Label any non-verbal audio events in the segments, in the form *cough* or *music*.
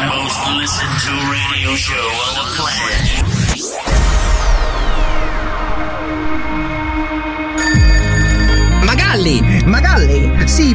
Listen to radio show on the planet. Magalli! Magalli! Sì,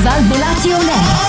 Svalvolati on air.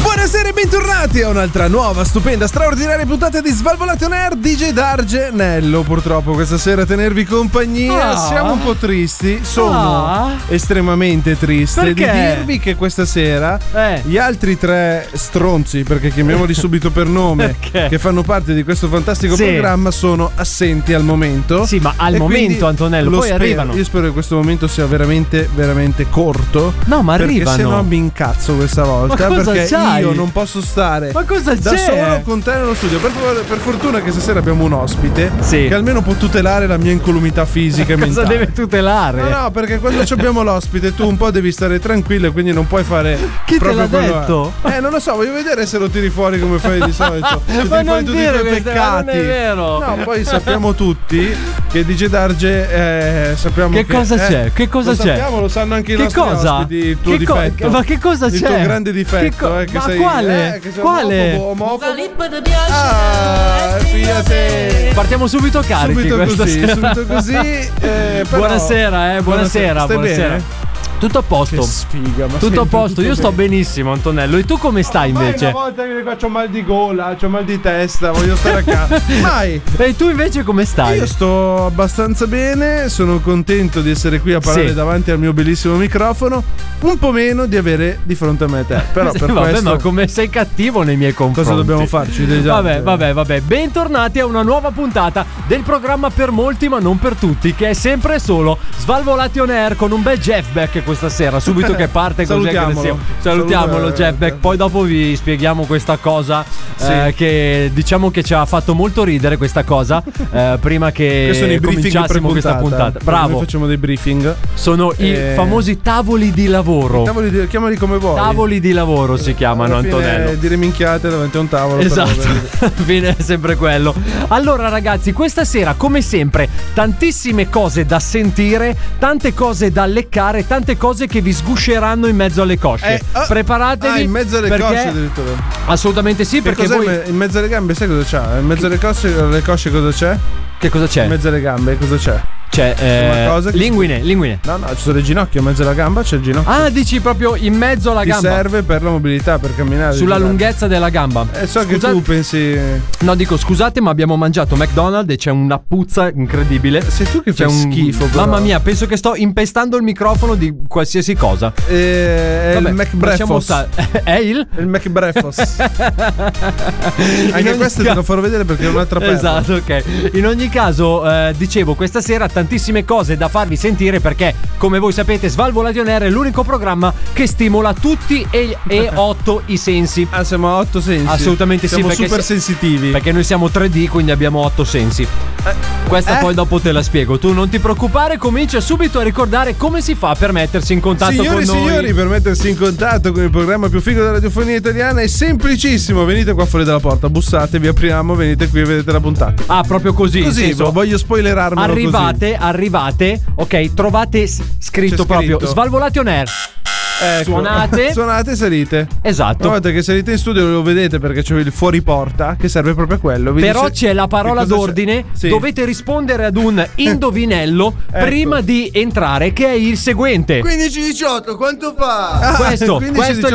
Buonasera e bentornati a un'altra nuova, stupenda, straordinaria puntata di Svalvolati on Air DJ Darge Nello purtroppo questa sera a tenervi compagnia Ah. Siamo un po' tristi, sono Ah. estremamente triste Perché? Di dirvi che questa sera Eh. gli altri tre stronzi, perché *laughs* chiamiamoli subito per nome Perché? Che fanno parte di questo fantastico Sì. programma sono assenti al momento Sì, ma al E quindi momento, Antonello, lo poi spero. arrivano. Io spero che questo momento sia veramente, veramente corto No, ma Perché arrivano. se no mi incazzo questa volta Ma cosa Cioè, Perché c'hai? io non posso stare Ma cosa da c'è? solo con te nello studio. Per, favore- per fortuna che stasera abbiamo un ospite Sì. che almeno può tutelare la mia incolumità fisica e *laughs* Cosa mentale. deve tutelare? No, no, perché quando ci abbiamo l'ospite tu un po' devi stare tranquillo e quindi non puoi fare. Chi te proprio l'ha quello- detto? Eh, non lo so, voglio vedere se lo tiri fuori come fai di solito. Se tiri *laughs* Ma non fuori tutti i dire tuoi queste- ma non è peccati. vero. No, poi sappiamo tutti che DJ Darge eh, sappiamo Che cosa eh, c'è? Che cosa lo c'è? Sappiamo, lo sanno anche i Che nostri cosa? ospiti il tuo Che co- difetto. ma che cosa Il c'è? tuo grande difetto, Che co- eh, che ma sei, quale? eh, che sei Quale? omofobo, omofobo. Ah, fidate. Partiamo subito carichi Subito questa così, sera. subito così. eh, però- *laughs* Buonasera, eh, buonasera, Stai buonasera. bene? Tutto a posto. Che sfiga, ma Tutto senti, a posto, io sto bene. benissimo Antonello. E tu come stai Ormai invece? Una volta che qua c'ho mal di gola, c'ho mal di testa, voglio stare a *laughs* casa. Mai. E tu invece come stai? Io sto abbastanza bene, sono contento di essere qui a parlare Sì. davanti al mio bellissimo microfono, un po' meno di avere di fronte a me te. Però *laughs* Sì, per vabbè, questo ma come sei cattivo nei miei confronti? cosa dobbiamo farci? esatto. Dei Vabbè, giorni? vabbè, vabbè. Bentornati a una nuova puntata del programma per molti, ma non per tutti, che è sempre e solo Svalvolati on Air con un bel Jeff Beck questa sera. Subito che *laughs* parte così aggressivo. Salutiamolo. Salutiamolo, Salutiamolo, Jeff Beck. Poi dopo vi spieghiamo questa cosa. Sì. eh, che diciamo che ci ha fatto molto ridere questa *laughs* cosa. eh, prima che, Che sono i briefing cominciassimo questa puntata. Noi Bravo. facciamo dei briefing. Sono Eh, i famosi tavoli di lavoro. Tavoli di- chiamali come vuoi. Tavoli di lavoro si chiamano, Alla fine, Ah, Antonello. Dire minchiate davanti a un tavolo. però Esatto, vabbè. *laughs* fine è sempre quello. Allora ragazzi, questa sera come sempre tantissime cose da sentire, tante cose da leccare, tante cose che vi sgusceranno in mezzo alle cosce. Eh, ah, Preparatevi. ah, in mezzo alle perché- cosce addirittura. Assolutamente sì, Che perché cos'è voi... me- in mezzo alle gambe sai cosa c'è? In mezzo alle cosce, alle cosce cosa c'è? Che cosa c'è? In mezzo alle gambe cosa c'è? C'è... eh, cosa che- Linguine, linguine. No, no, ci sono le ginocchia, in mezzo alla gamba c'è il ginocchio. Ah, dici proprio in mezzo alla Ti Ah, gamba. serve per la mobilità, per camminare. Sulla girare. lunghezza della gamba. Eh, so Scusate- che tu pensi. No, dico scusate, ma abbiamo mangiato McDonald's e c'è una puzza incredibile. Sei tu che C'è fai schifo. però. Cioè, Mamma mia, penso che sto impestando il microfono di qualsiasi cosa. Eh, è Vabbè, il lasciamo McBreakfast. stare. *laughs* È il? Il *laughs* McBreakfast. In Anche ogni questo ca- te lo farò vedere perché è un'altra perla. Esatto, ok. In ogni caso, eh, dicevo, questa sera tantissime cose da farvi sentire perché, come voi sapete, Svalvolation Air è l'unico programma che stimola tutti e, *laughs* e otto i sensi. Ah, siamo a otto sensi. Assolutamente sì, siamo perché super se- sensitivi. Perché noi siamo 3D, quindi abbiamo otto sensi. Questa eh? poi dopo te la spiego. Tu non ti preoccupare, comincia subito a ricordare come si fa per mettersi in contatto Signori e con noi. signori, per mettersi in contatto con il programma più figo della radiofonia italiana è semplicissimo. Venite qua fuori dalla porta, bussate, vi apriamo, venite qui e vedete la puntata. Ah, proprio così. in Così, senso, voglio spoilerarmi. Arrivate, arrivate, ok, trovate s- scritto C'è proprio scritto. Svalvolati on air. Ecco. *laughs* Suonate. Suonate e salite. Una Esatto. volta che salite in studio lo vedete perché c'è il fuori porta che serve proprio a quello. Vi Però dice c'è la parola che cosa c'è. d'ordine, Sì. Ecco. dovete rispondere ad *laughs* un indovinello prima di entrare, che è il seguente. 15-18, quanto fa? Ah, questo- 15, questo è 18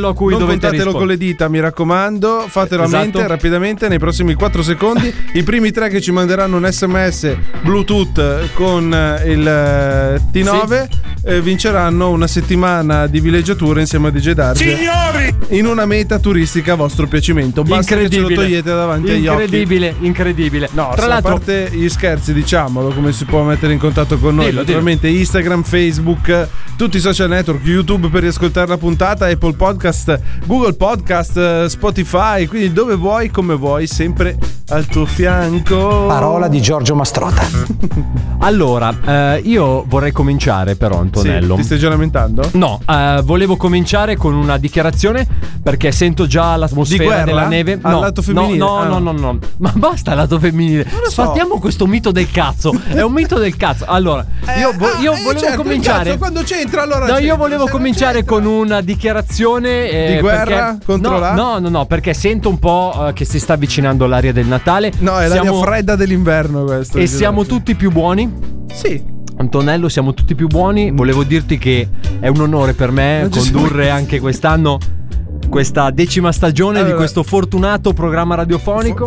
quanto fa. a cui non dovete contatelo rispondere. con le dita, mi raccomando, fatelo Esatto. a mente rapidamente nei prossimi 4 secondi. I primi tre che ci manderanno un SMS Bluetooth con eh, il eh, T9 eh, vinceranno una settimana di villeggiatura insieme a DJ Darge. Signori! In una meta turistica a vostro piacimento. Basta che ce lo incredibile. togliete davanti agli occhi. Incredibile, incredibile. No, Tra se l'altro, a parte gli scherzi, diciamolo come si può mettere in contatto con noi. Dillo, Naturalmente Instagram, Facebook, eh, tutti i social network, YouTube per riascoltare la puntata, Apple Podcast, Google Podcast, eh, Spotify, quindi dove vuoi, come vuoi, sempre al tuo fianco. Parola di allora, eh, io vorrei cominciare però, Antonello. Ti stai già lamentando? No, eh, volevo cominciare con una dichiarazione perché sento già l'atmosfera Di guerra? della neve. Al lato femminile? No, Ah, no, no, no. no, no. Ma basta lato femminile. lo so. Sfattiamo questo mito del cazzo. È un mito del cazzo. Allora, io, vo- ah, io eh, volevo certo, cominciare. cazzo, quando c'entra, allora No, c'entra, io volevo se non cominciare c'entra. con una dichiarazione eh, Di guerra perché- contro no, la- No, no, no, perché sento un po' eh, che si sta avvicinando l'aria del Natale. No, è la Siamo- mia fredda dell'inverno questo. E siamo tutti più buoni. Sì. Antonello, siamo tutti più buoni. Volevo dirti che è un onore per me Non ci condurre anche quest'anno questa decima stagione di Allora- questo fortunato programma radiofonico.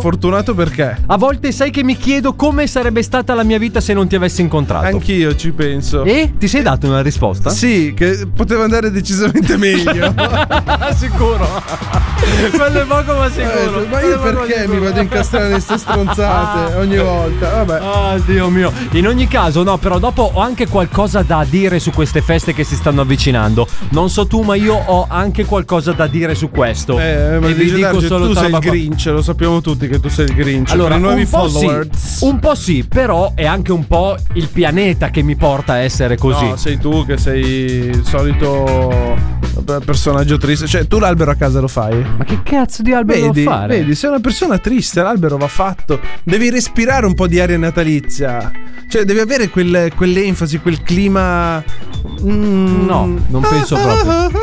Fo- fortunato perché? A volte sai che mi chiedo come sarebbe stata la mia vita se non ti avessi incontrato. Anch'io ci penso. E ti sei dato una risposta? Sì, che poteva andare decisamente *laughs* meglio. Ecco, sicuro. *laughs* Quello è poco ma sicuro. *laughs* Eh, ma io perché mi vado a *laughs* incastrare queste stronzate ogni volta? Vabbè. Ah. Oh, Dio mio. In ogni caso, no, però dopo ho anche qualcosa da dire su queste feste che si stanno avvicinando. Non so tu, ma io ho anche qualcosa da dire su questo. Eh, ma e vi dice dico Darge, solo tu sei roba il qua. Grinch, lo sappiamo tutti che tu sei il Grinch. Allora, per i nuovi un po, follower. sì, un po' sì, però è anche un po' il pianeta che mi porta a essere così. No, sei tu che sei il solito eh, personaggio triste. Cioè, tu l'albero a casa lo fai. Ma che cazzo di albero Vedi, devo fare? vedi, sei una persona triste, l'albero va fatto. Devi respirare un po' di aria natalizia. Cioè, devi avere quel- quell'enfasi, quel clima. Mm. No, non penso proprio.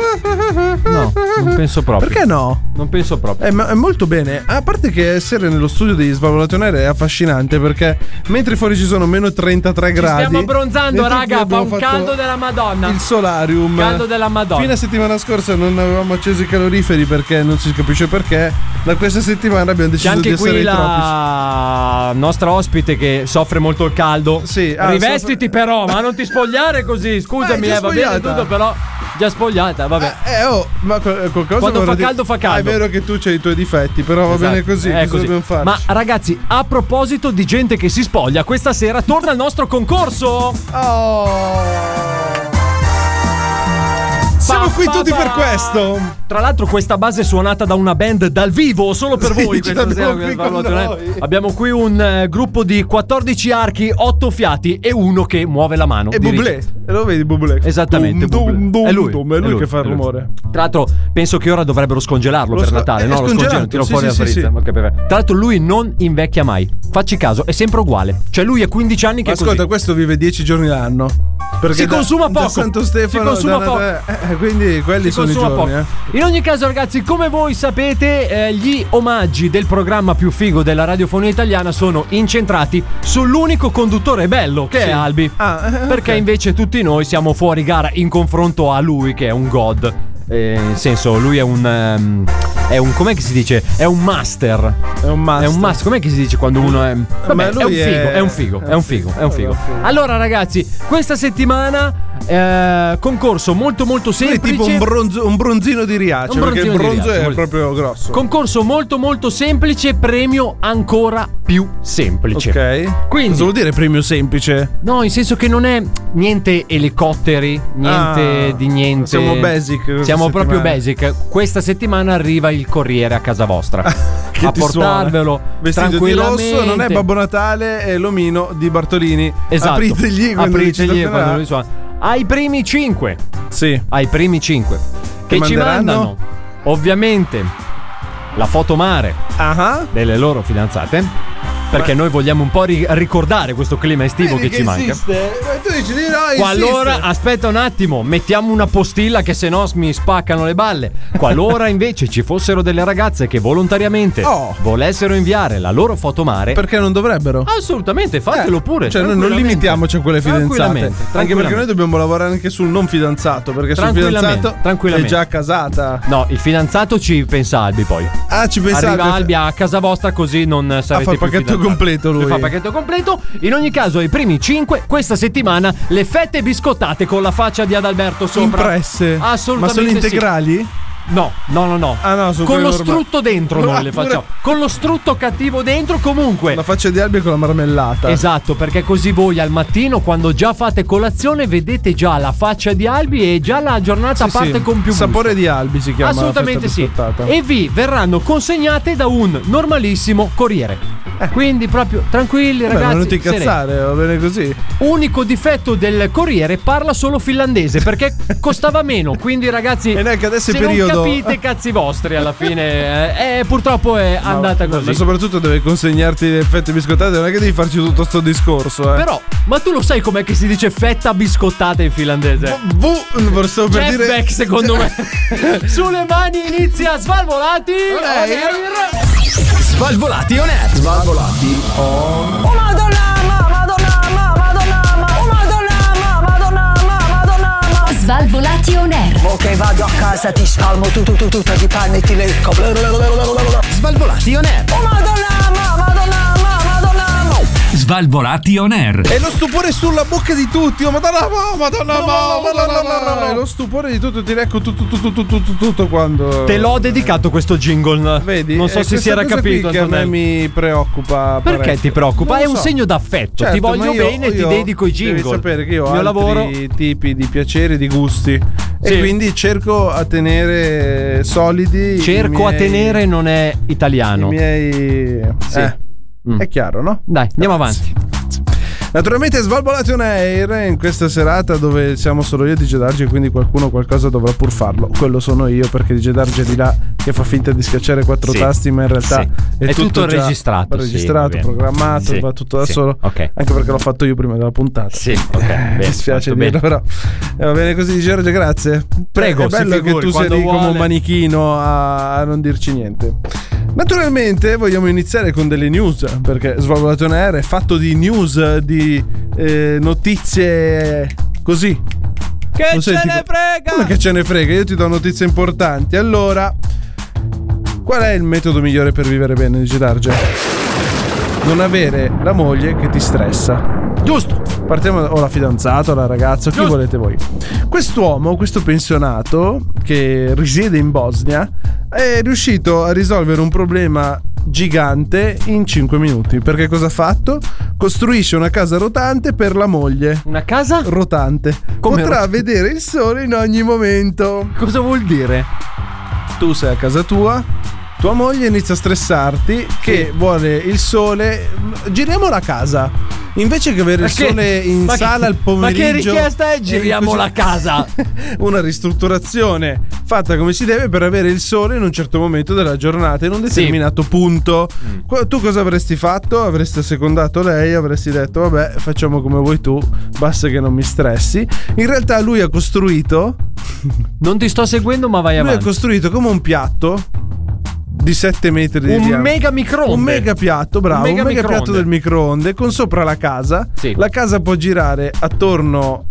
No, non penso proprio. Perché no? Non penso proprio. Eh, ma è molto bene. A parte che essere nello studio di Svalvolatonere è affascinante perché mentre fuori ci sono meno 33 gradi. stiamo abbronzando, dentro raga, qui abbiamo fa un fatto caldo della Madonna. Il solarium. Caldo della Madonna. Fino a settimana scorsa non avevamo acceso i caloriferi perché non si capisce perché. Da questa settimana abbiamo C'è deciso di anche essere qui i tropici. la nostra ospite che soffre molto il caldo. Sì, ah, Rivestiti soffre- però, ma non ti spogliare *laughs* così. Scusami, Eh, già eh, va bene spogliata. tutto, però già spogliata, vabbè. Eh, oh, ma qual- qualcosa Quando vorrei fa dire- caldo, fa caldo. Ah, è vero che tu c'hai i tuoi difetti, però va bene Esatto, così. è cosa così. dobbiamo farci? Ma ragazzi, a proposito di gente che si spoglia, questa sera torna il nostro concorso. Oh! Siamo Pa, qui pa, tutti pa. per questo. Tra l'altro, questa base è suonata da una band dal vivo, solo per Sì, *laughs* voi. ce questa l'abbiamo sera, qui per con favore. noi. Abbiamo qui un eh, gruppo di 14 archi, 8 fiati e uno che muove la mano. E diritto. Bublé. E lo vedi Bublé? Esattamente, Dum, Bublé. dum, dum, È lui, dum, È è lui lui, che fa è il lui. rumore. Tra l'altro, penso che ora dovrebbero scongelarlo Lo per sco- Natale. è No, lo scongelano, scongelato, tiro sì, sì, fuori la sì, frizza. sì. Ok, perfetto. Tra l'altro, lui non invecchia mai. Facci caso, è sempre uguale. Cioè, lui è 15 anni che Ma è così. ascolta, questo vive 10 giorni l'anno. Perché Si da- consuma da poco. Santo Stefano, Si consuma da- poco. da- eh, quindi quelli Si sono i consuma giorni. eh. poco. In ogni caso, ragazzi, come voi sapete, eh, gli omaggi del programma più figo della radiofonia italiana sono incentrati sull'unico conduttore bello che è Albi. Ah, eh, perché ok. invece tutti noi siamo fuori gara in confronto a lui, che è un god. Eh, in senso, lui è un. ehm, è un. com'è che si dice? È un master. È un master. È un master. Com'è che si dice quando uno è. Vabbè, è un lui figo, è- è un figo, è un figo, è un figo. Allora, ragazzi, questa settimana. eh, concorso molto molto Lui è semplice tipo un, bronzo- un bronzino di riace, Un perché il bronzino di bronzo Riace, è molto- proprio grosso. Concorso molto molto semplice, premio ancora più semplice. ok. Quindi- Cosa vuol dire premio semplice? No, in senso che non è niente elicotteri, niente Ah, di niente. siamo basic questa Siamo proprio settimana. basic. Questa settimana arriva il corriere a casa vostra. *laughs* Che a ti suona? portarvelo Vestito di tranquillamente. rosso, non è Babbo Natale, è l'omino di Bartolini. Esatto. Apritegli quando lui ci Apritegli toccherà. quando lui suona. Ai primi 5. Sì. Ai primi 5. Che, ci manderanno? mandano ovviamente la fotomare Ah, delle loro fidanzate. Perché noi vogliamo un po' ri- ricordare questo clima estivo Vedi che ci manca. Esiste? Eh, Ma tu dici di no, insiste. Qualora, aspetta un attimo, mettiamo una postilla che se no mi spaccano le balle. *laughs* Qualora invece ci fossero delle ragazze che volontariamente Oh. volessero inviare la loro foto mare, Perché non dovrebbero? assolutamente fatelo Eh, pure. Cioè, noi non tranquillamente. limitiamoci a quelle fidanzate. Tranquillamente, Anche perché noi tranquillamente. dobbiamo lavorare anche sul non fidanzato. Perché sul Tranquillamente, fidanzato è tranquillamente. già casata. No, il fidanzato ci pensa Albi poi. Ah, ci pensate? Arriva Albi a casa vostra così non sarete fa il più pacchetto fidanzati. completo lui. Fa il pacchetto completo. In ogni caso, ai primi 5 questa settimana le fette biscottate con la faccia di Adalberto sopra. Impresse. Assolutamente Ma sono sì. integrali? No, no, no, no. Ah, no, sono con quelle lo normali. strutto dentro No, noi *laughs* le pure- facciamo. Con lo strutto cattivo dentro comunque. La faccia di Albi è con la marmellata. Esatto, perché così voi al mattino, quando già fate colazione, vedete già la faccia di Albi e già la giornata Sì, parte sì. con più gusto. Sapore di Albi si chiama. la Assolutamente fetta sì. biscottata. E vi verranno consegnate da un normalissimo corriere. Quindi proprio tranquilli Vabbè, ragazzi. ma Eh. non ti sereni. incazzare, va bene così. Unico difetto del corriere parla solo finlandese *laughs* perché costava meno. Quindi ragazzi, E noi che adesso è se periodo- non capite cazzi vostri alla fine, eh, eh, purtroppo è andata No, così. Ma soprattutto deve consegnarti le fette biscottate, non è che devi farci tutto sto discorso, eh. Però, ma tu lo sai com'è che si dice fetta biscottata in finlandese? Vu- vu- stavo per Jeff dire Beck, *laughs* secondo me. Sulle mani inizia Svalvolati. on air. Svalvolati on air. Svalvolati. Svalvolati on air. Ok, vado a casa, ti spalmo tu tu tu tu, ti panni e ti lecco. Blablabla. Svalvolati on air. Oh madonna, ma, madonna, ma, madonna. ma. Svalvolati on air. E lo stupore sulla bocca di tutti. Oh, madonna, ma, madonna, ma, madonna, ma, E lo stupore di tutto, ti ecco tutto, tutto, tutto, tutto, tutto quando. Te l'ho dedicato questo jingle. Vedi? Non so È se si questa era cosa capito. qui che a me Antonello. mi preoccupa. Perché parecchio. ti preoccupa? Non È lo un so. segno d'affetto. Certo, ti ma voglio io- bene e ti io- dedico i jingle. Devi sapere che io Il ho mio altri lavoro. tipi di piaceri, di gusti. Sì. E quindi cerco a tenere solidi. i Cerco a miei- tenere non è I italiano. miei. Eh, Mm. È chiaro, no? Dai, andiamo avanti. Naturalmente Svalvolati on Air in questa serata dove siamo solo io e DJ Darge quindi qualcuno qualcosa dovrà pur farlo. Quello sono io perché DJ Darge è di là che fa finta di schiacciare quattro Sì. tasti ma in realtà Sì. è, È tutto già registrato, sì, registrato, va bene. programmato, Sì, va tutto da sì, solo. ok. Anche perché l'ho fatto io prima della puntata. Sì, ok, bene, Eh, Mi dispiace fatto bene. dirlo però. Eh, va bene così DJ Darge, grazie. Prego, È si bello che figuri, tu sei quando lì come un vuole. manichino a, a non dirci niente. Naturalmente vogliamo iniziare con delle news, perché Svalvolato on Air è fatto di news, di eh, notizie così. Che ce ne frega! Come che ce ne frega? Io ti do notizie importanti. Allora, qual è il metodo migliore per vivere bene, dice Darge? Non avere la moglie che ti stressa. Giusto. Partiamo da- o la fidanzata o la ragazza, chi Giusto. volete voi. Quest'uomo, questo pensionato che risiede in Bosnia, è riuscito a risolvere un problema gigante in 5 minuti. Perché cosa ha fatto? Costruisce una casa rotante per la moglie. Una casa? Rotante. Come Potrà rotante? vedere il sole in ogni momento. Cosa vuol dire? Tu sei a casa tua. Tua moglie inizia a stressarti che vuole il sole. Giriamo la casa. Invece che avere Ma il che- sole in *laughs* ma che- sala al pomeriggio. Ma che richiesta e è? in Giriamo la cucina- casa. *laughs* una ristrutturazione fatta come si deve per avere il sole in un certo momento della giornata, in un determinato punto. Mm. Qua- Tu cosa avresti fatto? Avresti secondato lei, avresti detto vabbè facciamo come vuoi tu, basta che non mi stressi. In realtà lui ha costruito, Non ti sto seguendo, ma vai lui ha avanti. costruito come un piatto di 7 metri di Un diametro. mega microonde. Un mega piatto, bravo, Un un mega mega, piatto microonde. del microonde con sopra la casa. Sì. La casa può girare attorno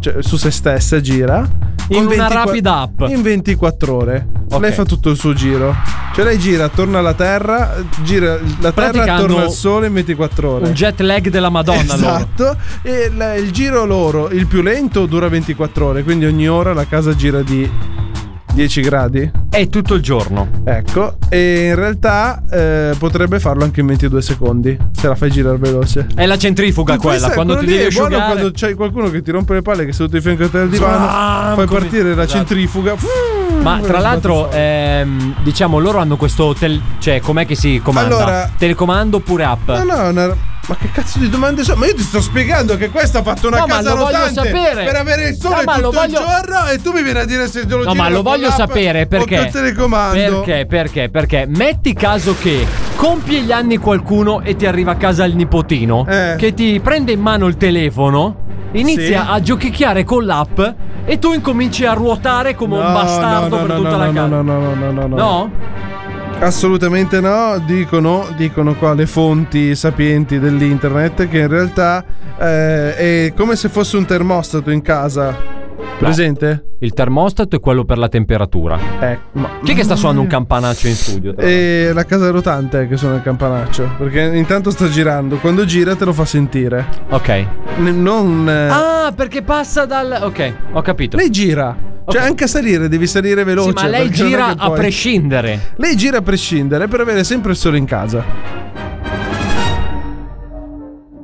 cioè, su se stessa gira Con una rapida app. in 24 ore. Ok. Lei fa tutto il suo giro. Cioè lei gira attorno alla Terra, gira la Terra Praticando attorno al sole in 24 ore. Un jet lag della Madonna. allora. Esatto, e la- il giro loro, il più lento, dura 24 ore, quindi ogni ora la casa gira di 10 gradi. È tutto il giorno. Ecco, e in realtà eh, potrebbe farlo anche in 22 secondi, se la fai girare veloce. È la centrifuga Questo quella. è- Quando ti quello lì devi è buono asciugare. quando c'è qualcuno che ti rompe le palle che è seduto di fianco a te al divano, Slam, fai come- partire la Esatto. centrifuga. Cioè, Ma tra l'altro, ehm, diciamo, loro hanno questo. tel- cioè, com'è che si comanda? Allora- Telecomando oppure app? No, no, è una- Ma che cazzo di domande sono? Ma io ti sto spiegando che questa ha fatto una No, ma casa lo voglio rotante sapere. per avere il sole No, ma tutto lo il voglio- giorno e tu mi vieni a dire se te lo No, giro ma lo con voglio l'app sapere o perché. col telecomando. Perché, perché, perché. Metti caso che compie gli anni qualcuno e ti arriva a casa il nipotino che ti prende in mano il telefono, inizia Eh. Sì. a giochicchiare con l'app e tu incominci a ruotare come un bastardo per tutta la casa. No, no, no, no, no, no. No? Assolutamente no, dicono, dicono qua le fonti sapienti dell'internet che in realtà eh, è come se fosse un termostato in casa. Presente? Il termostato è quello per la temperatura. Ecco. Ma... Chi è che sta suonando un campanaccio in studio? tra E la casa rotante che suona il campanaccio. Perché intanto sta girando. Quando gira te lo fa sentire. Ok. non. eh, Ah, perché passa dal. Ok, ho capito. Lei gira. Cioè, anche a salire devi salire veloce. Sì, ma lei perché non è gira che a puoi- prescindere. Lei gira a prescindere per avere sempre il sole in casa.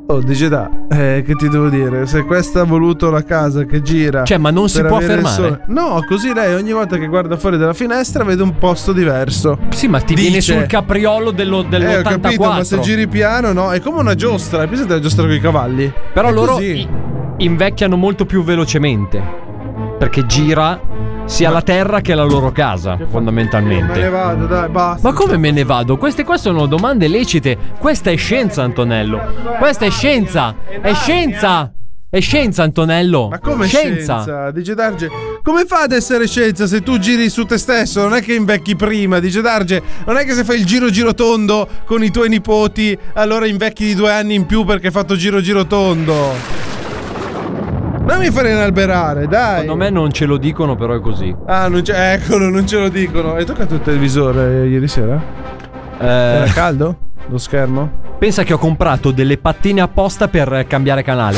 Oh, dice da, eh, che ti devo dire? Se questa ha voluto la casa che gira. Cioè, ma non si per può avere il fermare? sole- No, così lei ogni volta che guarda fuori dalla finestra vede un posto diverso. Sì, ma ti viene sul capriolo dello, Eh, ho dell'84. capito, ma se giri piano, no, è come una giostra. Hai presente la giostra con i cavalli? Però È loro così. i- invecchiano molto più velocemente. Perché gira sia la terra che la loro casa, Me ne fondamentalmente. vado, dai, basta. Ma come me ne vado? Queste qua sono domande lecite. Questa è scienza, Antonello. Questa è scienza. È scienza. È scienza, Antonello. Ma come scienza? Dice Darge, come fa ad essere scienza se tu giri su te stesso? Non è che invecchi prima, dice Darge. Non è che se fai il giro giro tondo con i tuoi nipoti, allora invecchi di due anni in più perché hai fatto giro giro tondo. Non mi fare inalberare, dai. Secondo me non ce lo dicono, però è così. Ah, non c'è, eccolo, non ce lo dicono. Hai toccato il televisore eh, ieri sera? Eh, *laughs* Era caldo? Lo schermo? pensa che ho comprato delle pattine apposta per cambiare canale.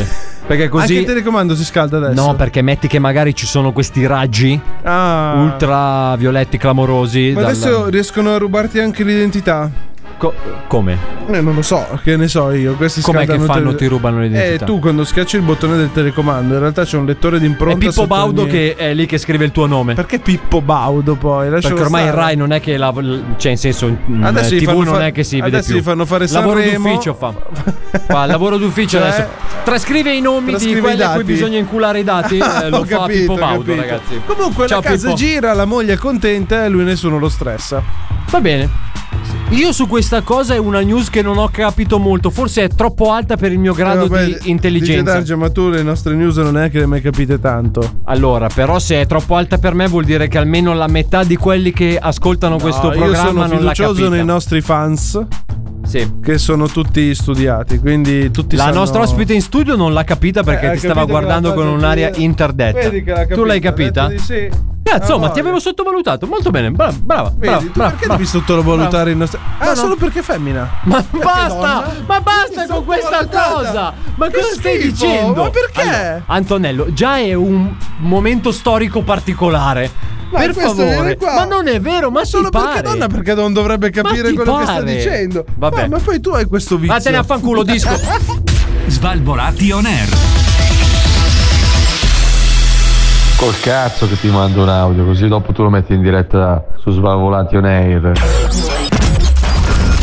Anche Perché il così. telecomando si scalda adesso. No, perché metti che magari ci sono questi raggi Ah. ultravioletti clamorosi. Ma dalla- adesso riescono a rubarti anche l'identità. Co- come? Eh, non lo so, che ne so io. Questi Com'è scaldano che fanno, il ti rubano l'identità? Eh, tu quando schiacci il bottone del telecomando, in realtà c'è un lettore È d'impronta. Pippo sotto Baudo ogni- che è lì che scrive il tuo nome. Perché Pippo Baudo poi? Lascialo Perché ormai il stare. Rai non è che. La, cioè, in senso. mm, Adesso gli TV fanno non fa- è che si vede adesso più. gli fanno fare Lavoro Sanremo. *laughs* d'ufficio fa. Fa lavoro d'ufficio Cioè? adesso. Trascrive i nomi di Trascrive i quelli a cui dati. bisogna inculare *laughs* i dati. eh, Ho lo fa capito, Pippo ho Baudo, capito. ragazzi. Comunque Ciao, la casa Pippo. gira, la moglie è contenta e lui nessuno lo stressa. Va bene. Io su questa cosa è una news che non ho capito molto. Forse è troppo alta per il mio grado Eh, vabbè, di intelligenza. dice Darge, ma tu le nostre news non è che le mai capite tanto. Allora, però, se è troppo alta per me, vuol dire che almeno la metà di quelli che ascoltano questo No, Ah, io sono programma non l'ha fiducioso capita. nei nostri fans Sì. che sono tutti studiati, quindi tutti La sanno- nostra ospite in studio non l'ha capita perché Eh, hai ti stava capito che guardando l'ha con fatto un'aria dire? interdetta. Vedi che l'ha capita, tu l'hai ha capita? detto di sì. Eh, insomma, Ah, ti no. avevo sottovalutato. Molto bene. Brava, brava, brava. Vedi, tu brava, perché brava. devi sottovalutare il nostro. Ah, no. solo perché è femmina. Ma donna? basta! Ma basta Mi con sono questa guardata. cosa! Ma Che cosa stai schifo, dicendo? ma perché? Allora, Antonello, già è un momento storico particolare. Ma per questo favore, viene qua. ma non è vero, ma, Solo ti pare? perché donna, perché non dovrebbe Ma capire ti quello che sta pare? dicendo. Vabbè. Ah, Ma, poi tu hai questo vizio. Eh, Vattene *laughs* a fanculo, disco. Svalvolati on air. Col cazzo che ti mando un audio, così dopo tu lo metti in diretta su Svalvolati on air.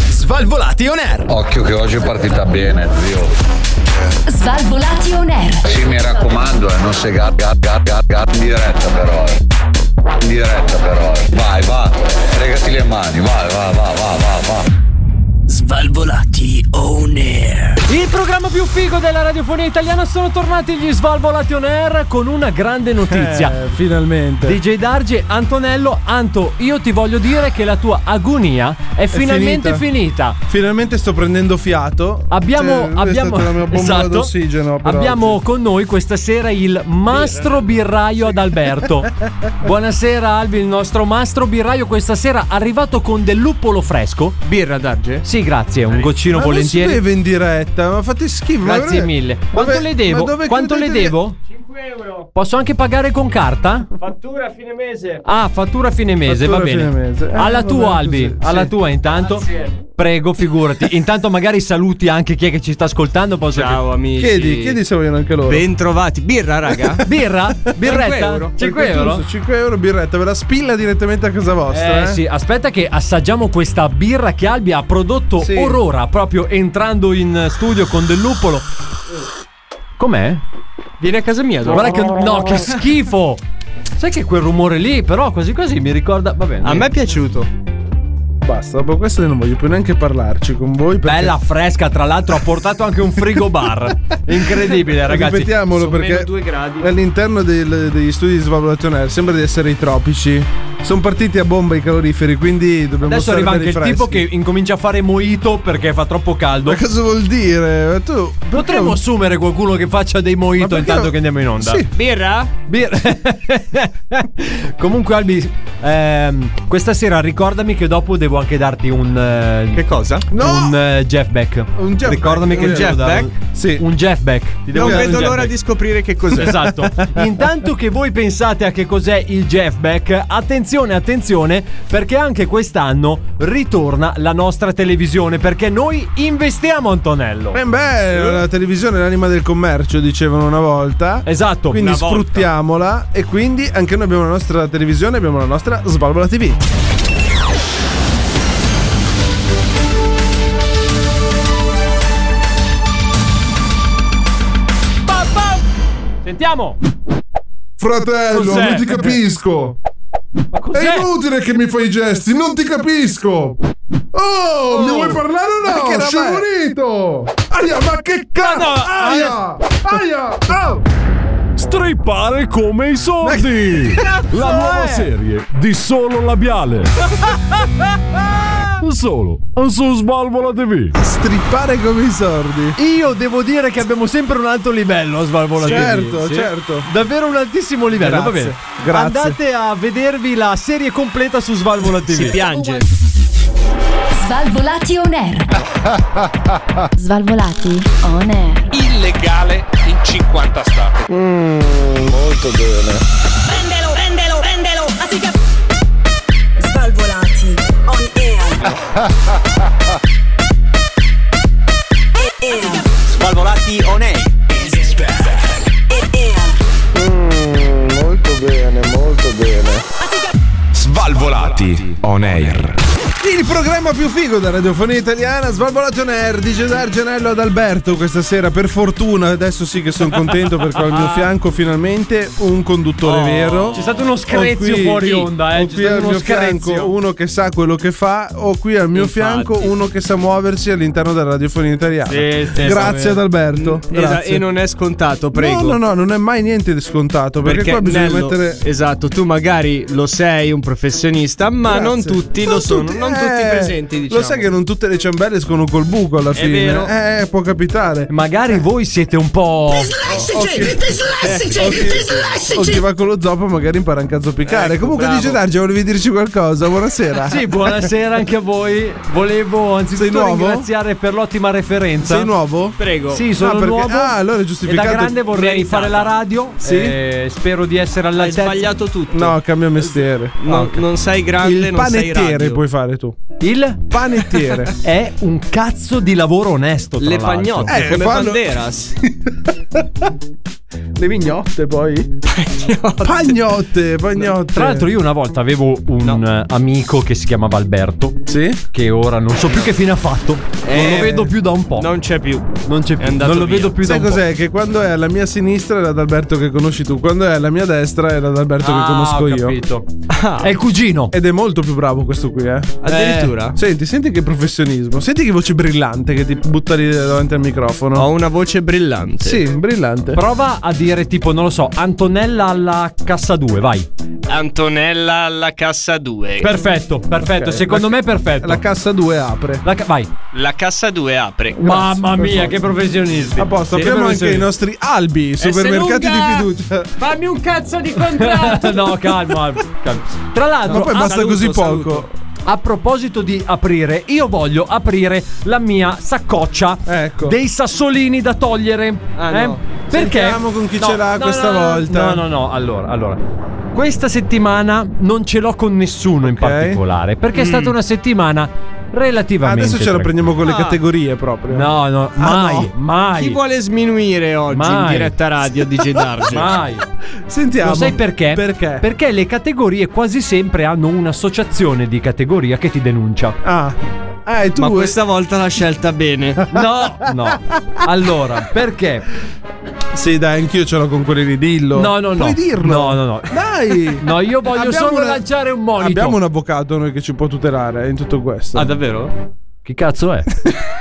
Svalvolati on air. Occhio che oggi è partita bene, zio. Svalvolati on air. Sì, mi raccomando, eh, non sei gar, gar, gar, gar, gar- in diretta però. eh. In diretta però. eh. Vai, va. Fregati le mani, vai, va, va, va, va, va. Svalvolati on air. Il programma più figo della radiofonia italiana sono tornati gli Svalvolati on Air con una grande notizia. Eh, finalmente. DJ Darge, Antonello, Anto, io ti voglio dire che la tua agonia è, finalmente finita. Finalmente sto prendendo fiato. Abbiamo, Cioè, questa abbiamo- è stata la mia bombola esatto. d'ossigeno. per Abbiamo oggi. con noi questa sera il mastro birraio *laughs* Adalberto. Buonasera Albi, il nostro mastro birraio questa sera arrivato con del luppolo fresco. Birra Darge? Sì, grazie, un goccino Ma volentieri. Non si beve in diretta, ma fate schifo. ma Grazie veramente- mille. Ma Quanto ve- le ma devo? dove Quanto le credete di- devo? 5 euro. Posso anche pagare con carta? Fattura a fine mese. Ah, fattura a fine mese, Fattura va a bene. fine mese. Eh, alla va tua, bene Albi. così, sì. Alla tua, intanto. *laughs* Prego, figurati. Intanto magari saluti anche chi è che ci sta ascoltando. Posso Ciao, amici. Chiedi, chiedi se vogliono anche loro. Bentrovati. Birra, raga. Birra? Birretta? 5 euro. 5 euro? 5 euro birretta, ve la spilla direttamente a casa vostra. Eh, sì, aspetta che assaggiamo questa birra che Albi ha prodotto Sì. orora, proprio entrando in studio con del luppolo. Com'è? Vieni a casa mia. Guarda che no, che schifo. Sai che quel rumore lì, però così così mi ricorda, va bene. A me è piaciuto. Basta, dopo questo io non voglio più neanche parlarci con voi. Perché... Bella fresca, tra l'altro ha portato anche un frigo *laughs* bar. Incredibile, ragazzi. Ripetiamolo perché all'interno del- degli studi di svalvolazione aerea sembra di essere i tropici. Sono partiti a bomba i caloriferi, quindi dobbiamo Adesso stare arriva belli anche il tipo freschi. che incomincia a fare moito perché fa troppo caldo. Ma cosa vuol dire? Tu Potremmo assumere qualcuno che faccia dei moito intanto che andiamo in onda. Sì. Birra? Birra. *laughs* Comunque, Albi, ehm, questa sera ricordami che dopo devo anche darti un. che cosa? Un eh, Jeff Beck. Un Jeff Ricordami Beck, che un devo Jeff dare- Beck? Sì. Un Jeff Beck. Ti devo Non dare un vedo Jeff l'ora Beck. di scoprire che cos'è. Esatto. Intanto che voi pensate a che cos'è il Jeff Beck, attenzione, attenzione, perché anche quest'anno ritorna la nostra televisione, perché noi investiamo Antonello. Eh beh, la televisione è l'anima del commercio, dicevano una volta. Esatto, Quindi una volta. sfruttiamola e quindi anche noi abbiamo la nostra televisione, abbiamo la nostra Svalvola TV. Sentiamo! Fratello, Cos'è? non ti capisco. È inutile che mi fai i gesti, non ti capisco. Oh, mi vuoi parlare o Perché no? da me- Sciamonito! Aia, ma che cazzo! no, aia! Aia! Au! Strippare come i soldi! La nuova serie di Solo Labiale. Solo su Svalvola TV. Strippare come i sordi. Io devo dire che abbiamo sempre un alto livello a Svalvola TV. Certo, Sì. certo. Davvero un altissimo livello, va Grazie, bene. grazie. Andate a vedervi la serie completa su Svalvola TV. Si piange. Svalvolati on air. Svalvolati on air. Illegale in 50 stati. molto bene. *laughs* Prendelo, prendelo, prendelo. Así che. Svalvolati. On air. Svalvolati on air. molto bene, molto bene. Svalvolati on air. Il programma più figo della radiofonia italiana, Svalvolato Nerd di Cesar Genello ad Alberto questa sera. Per fortuna, adesso sì che sono contento perché ho al mio fianco finalmente un conduttore Ah. Oh. vero. C'è stato uno Ho screzio fuori onda, eh, Ho c'è qui stato al uno mio screzio. fianco uno che sa quello che fa, ho qui al mio Infatti. fianco uno che sa muoversi all'interno della radiofonia italiana. Sì, sì, Grazie sta ad bene. Alberto. Mm, Esa- Grazie. e non è scontato, prego. No, no, no, non è mai niente di scontato perché, qua bisogna Nello, mettere Esatto, tu magari lo sei un professionista, ma Grazie. non tutti lo sono. non tutti eh, presenti, diciamo. Lo sai che non tutte le ciambelle escono col buco alla fine. vero. Eh, può capitare. Magari voi siete un po'. Occhio- dislessici, eh, occhio- dislessici. O chi va con lo zoppo magari impara anche a zoppicare. Ecco, Comunque, bravo. dice Darge, volevi dirci qualcosa? Buonasera. Sì, buonasera anche a voi. Volevo anzitutto nuovo? ringraziare per l'ottima referenza. Sei nuovo? Prego. Sì, sono Ah, perché- nuovo. ah, allora è E da giustificato. grande vorrei Meritata. fare la radio. Sì. Eh, spero di essere Hai all'altezza. sbagliato tutto. No, cambia mestiere. Ah. Non, non sei grande, Il non sei panettiere radio. puoi fare tu. Il Panettiere. è un cazzo di lavoro onesto. Tra Le l'altro. pagnotte Eh, come fanno- *laughs* Banderas. Le mignotte poi. Pagnotte. Pagnotte, pagnotte. Tra l'altro, io una volta avevo un eh, amico che si chiamava Alberto. Sì. Che ora non so più che fine ha fatto. non Eh, lo vedo più da un po'. Non c'è più. Non c'è È più. andato Non lo via. vedo più Sai da un cos'è? Che quando è alla mia sinistra era Adalberto che conosci tu, quando è alla mia destra era Adalberto po'. che conosco io. Eh. Ah. È il cugino. Ed è molto più bravo questo qui, eh. Addirittura? Senti, senti che professionismo. Senti che voce brillante che ti butta lì davanti al microfono. Ho una voce brillante. Sì, brillante. Prova a dire tipo, non lo so, Antonella alla cassa 2, vai. Antonella alla cassa 2. Perfetto, perfetto, Ok, secondo la- me è perfetto. La cassa 2 apre. La ca- vai. La cassa 2 apre. Mamma per mia, forza. che professionisti. A posto, Sì, apriamo anche professionisti. i nostri albi, supermercati di lunga! fiducia. Fammi un cazzo di contratto. *laughs* no, calma, calma. Tra l'altro, Ma poi a- basta saluto, così saluto. poco. A proposito di aprire, io voglio aprire la mia saccoccia Ecco. dei sassolini da togliere. Ah, eh? no. Perché? Sentiamo con chi ce l'ha questa no, no, volta. No, no, no. Allora, allora. Questa settimana non ce l'ho con nessuno in particolare. Perché è stata una settimana relativamente. Mm. Adesso ce la prendiamo con Ah, le Ah. categorie proprio. No, no, mai, mai. Chi vuole sminuire oggi in Mai. diretta radio *laughs* DJ Darge? Mai. Sentiamo. Lo sai perché? Perché? le categorie quasi sempre hanno un'associazione di categoria che ti denuncia. Ah. Ah, e tu Ma questa volta l'ha scelta bene. No, no. Allora, perché? Sì, dai, anch'io ce l'ho con quelli di Dillo. No, no, no. Puoi dirlo. No, no, no. Dai. No, io voglio solo lanciare un monito. Abbiamo un avvocato noi che ci può tutelare in tutto questo. Ah, davvero? Che *laughs* cazzo è?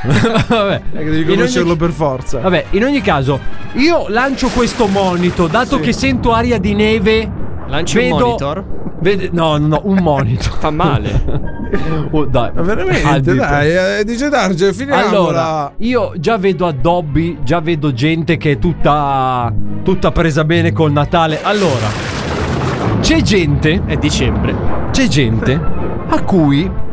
Vabbè. È che devi In ogni- conoscerlo per forza. Vabbè, in ogni caso, io lancio questo monito, dato che sento aria di neve. Lanci un vedo, monitor? vede- no, no, no, un monitor. Fa *laughs* male. dai. Ma veramente, Al dito. dai, eh, dice Darge, finiamola. Allora, io già vedo addobbi, già vedo gente che è tutta, tutta presa bene col Natale. Allora, c'è gente. È dicembre. C'è gente a cui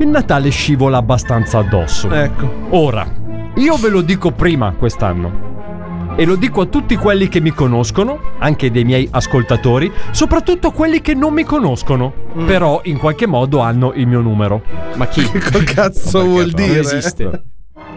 il Natale scivola abbastanza addosso. *laughs* Ecco. Ora, io ve lo dico prima quest'anno. E lo dico a tutti quelli che mi conoscono, anche dei miei ascoltatori, soprattutto a quelli che non mi conoscono, però in qualche modo hanno il mio numero. Mm. Ma chi? Che cazzo vuol dire? esiste.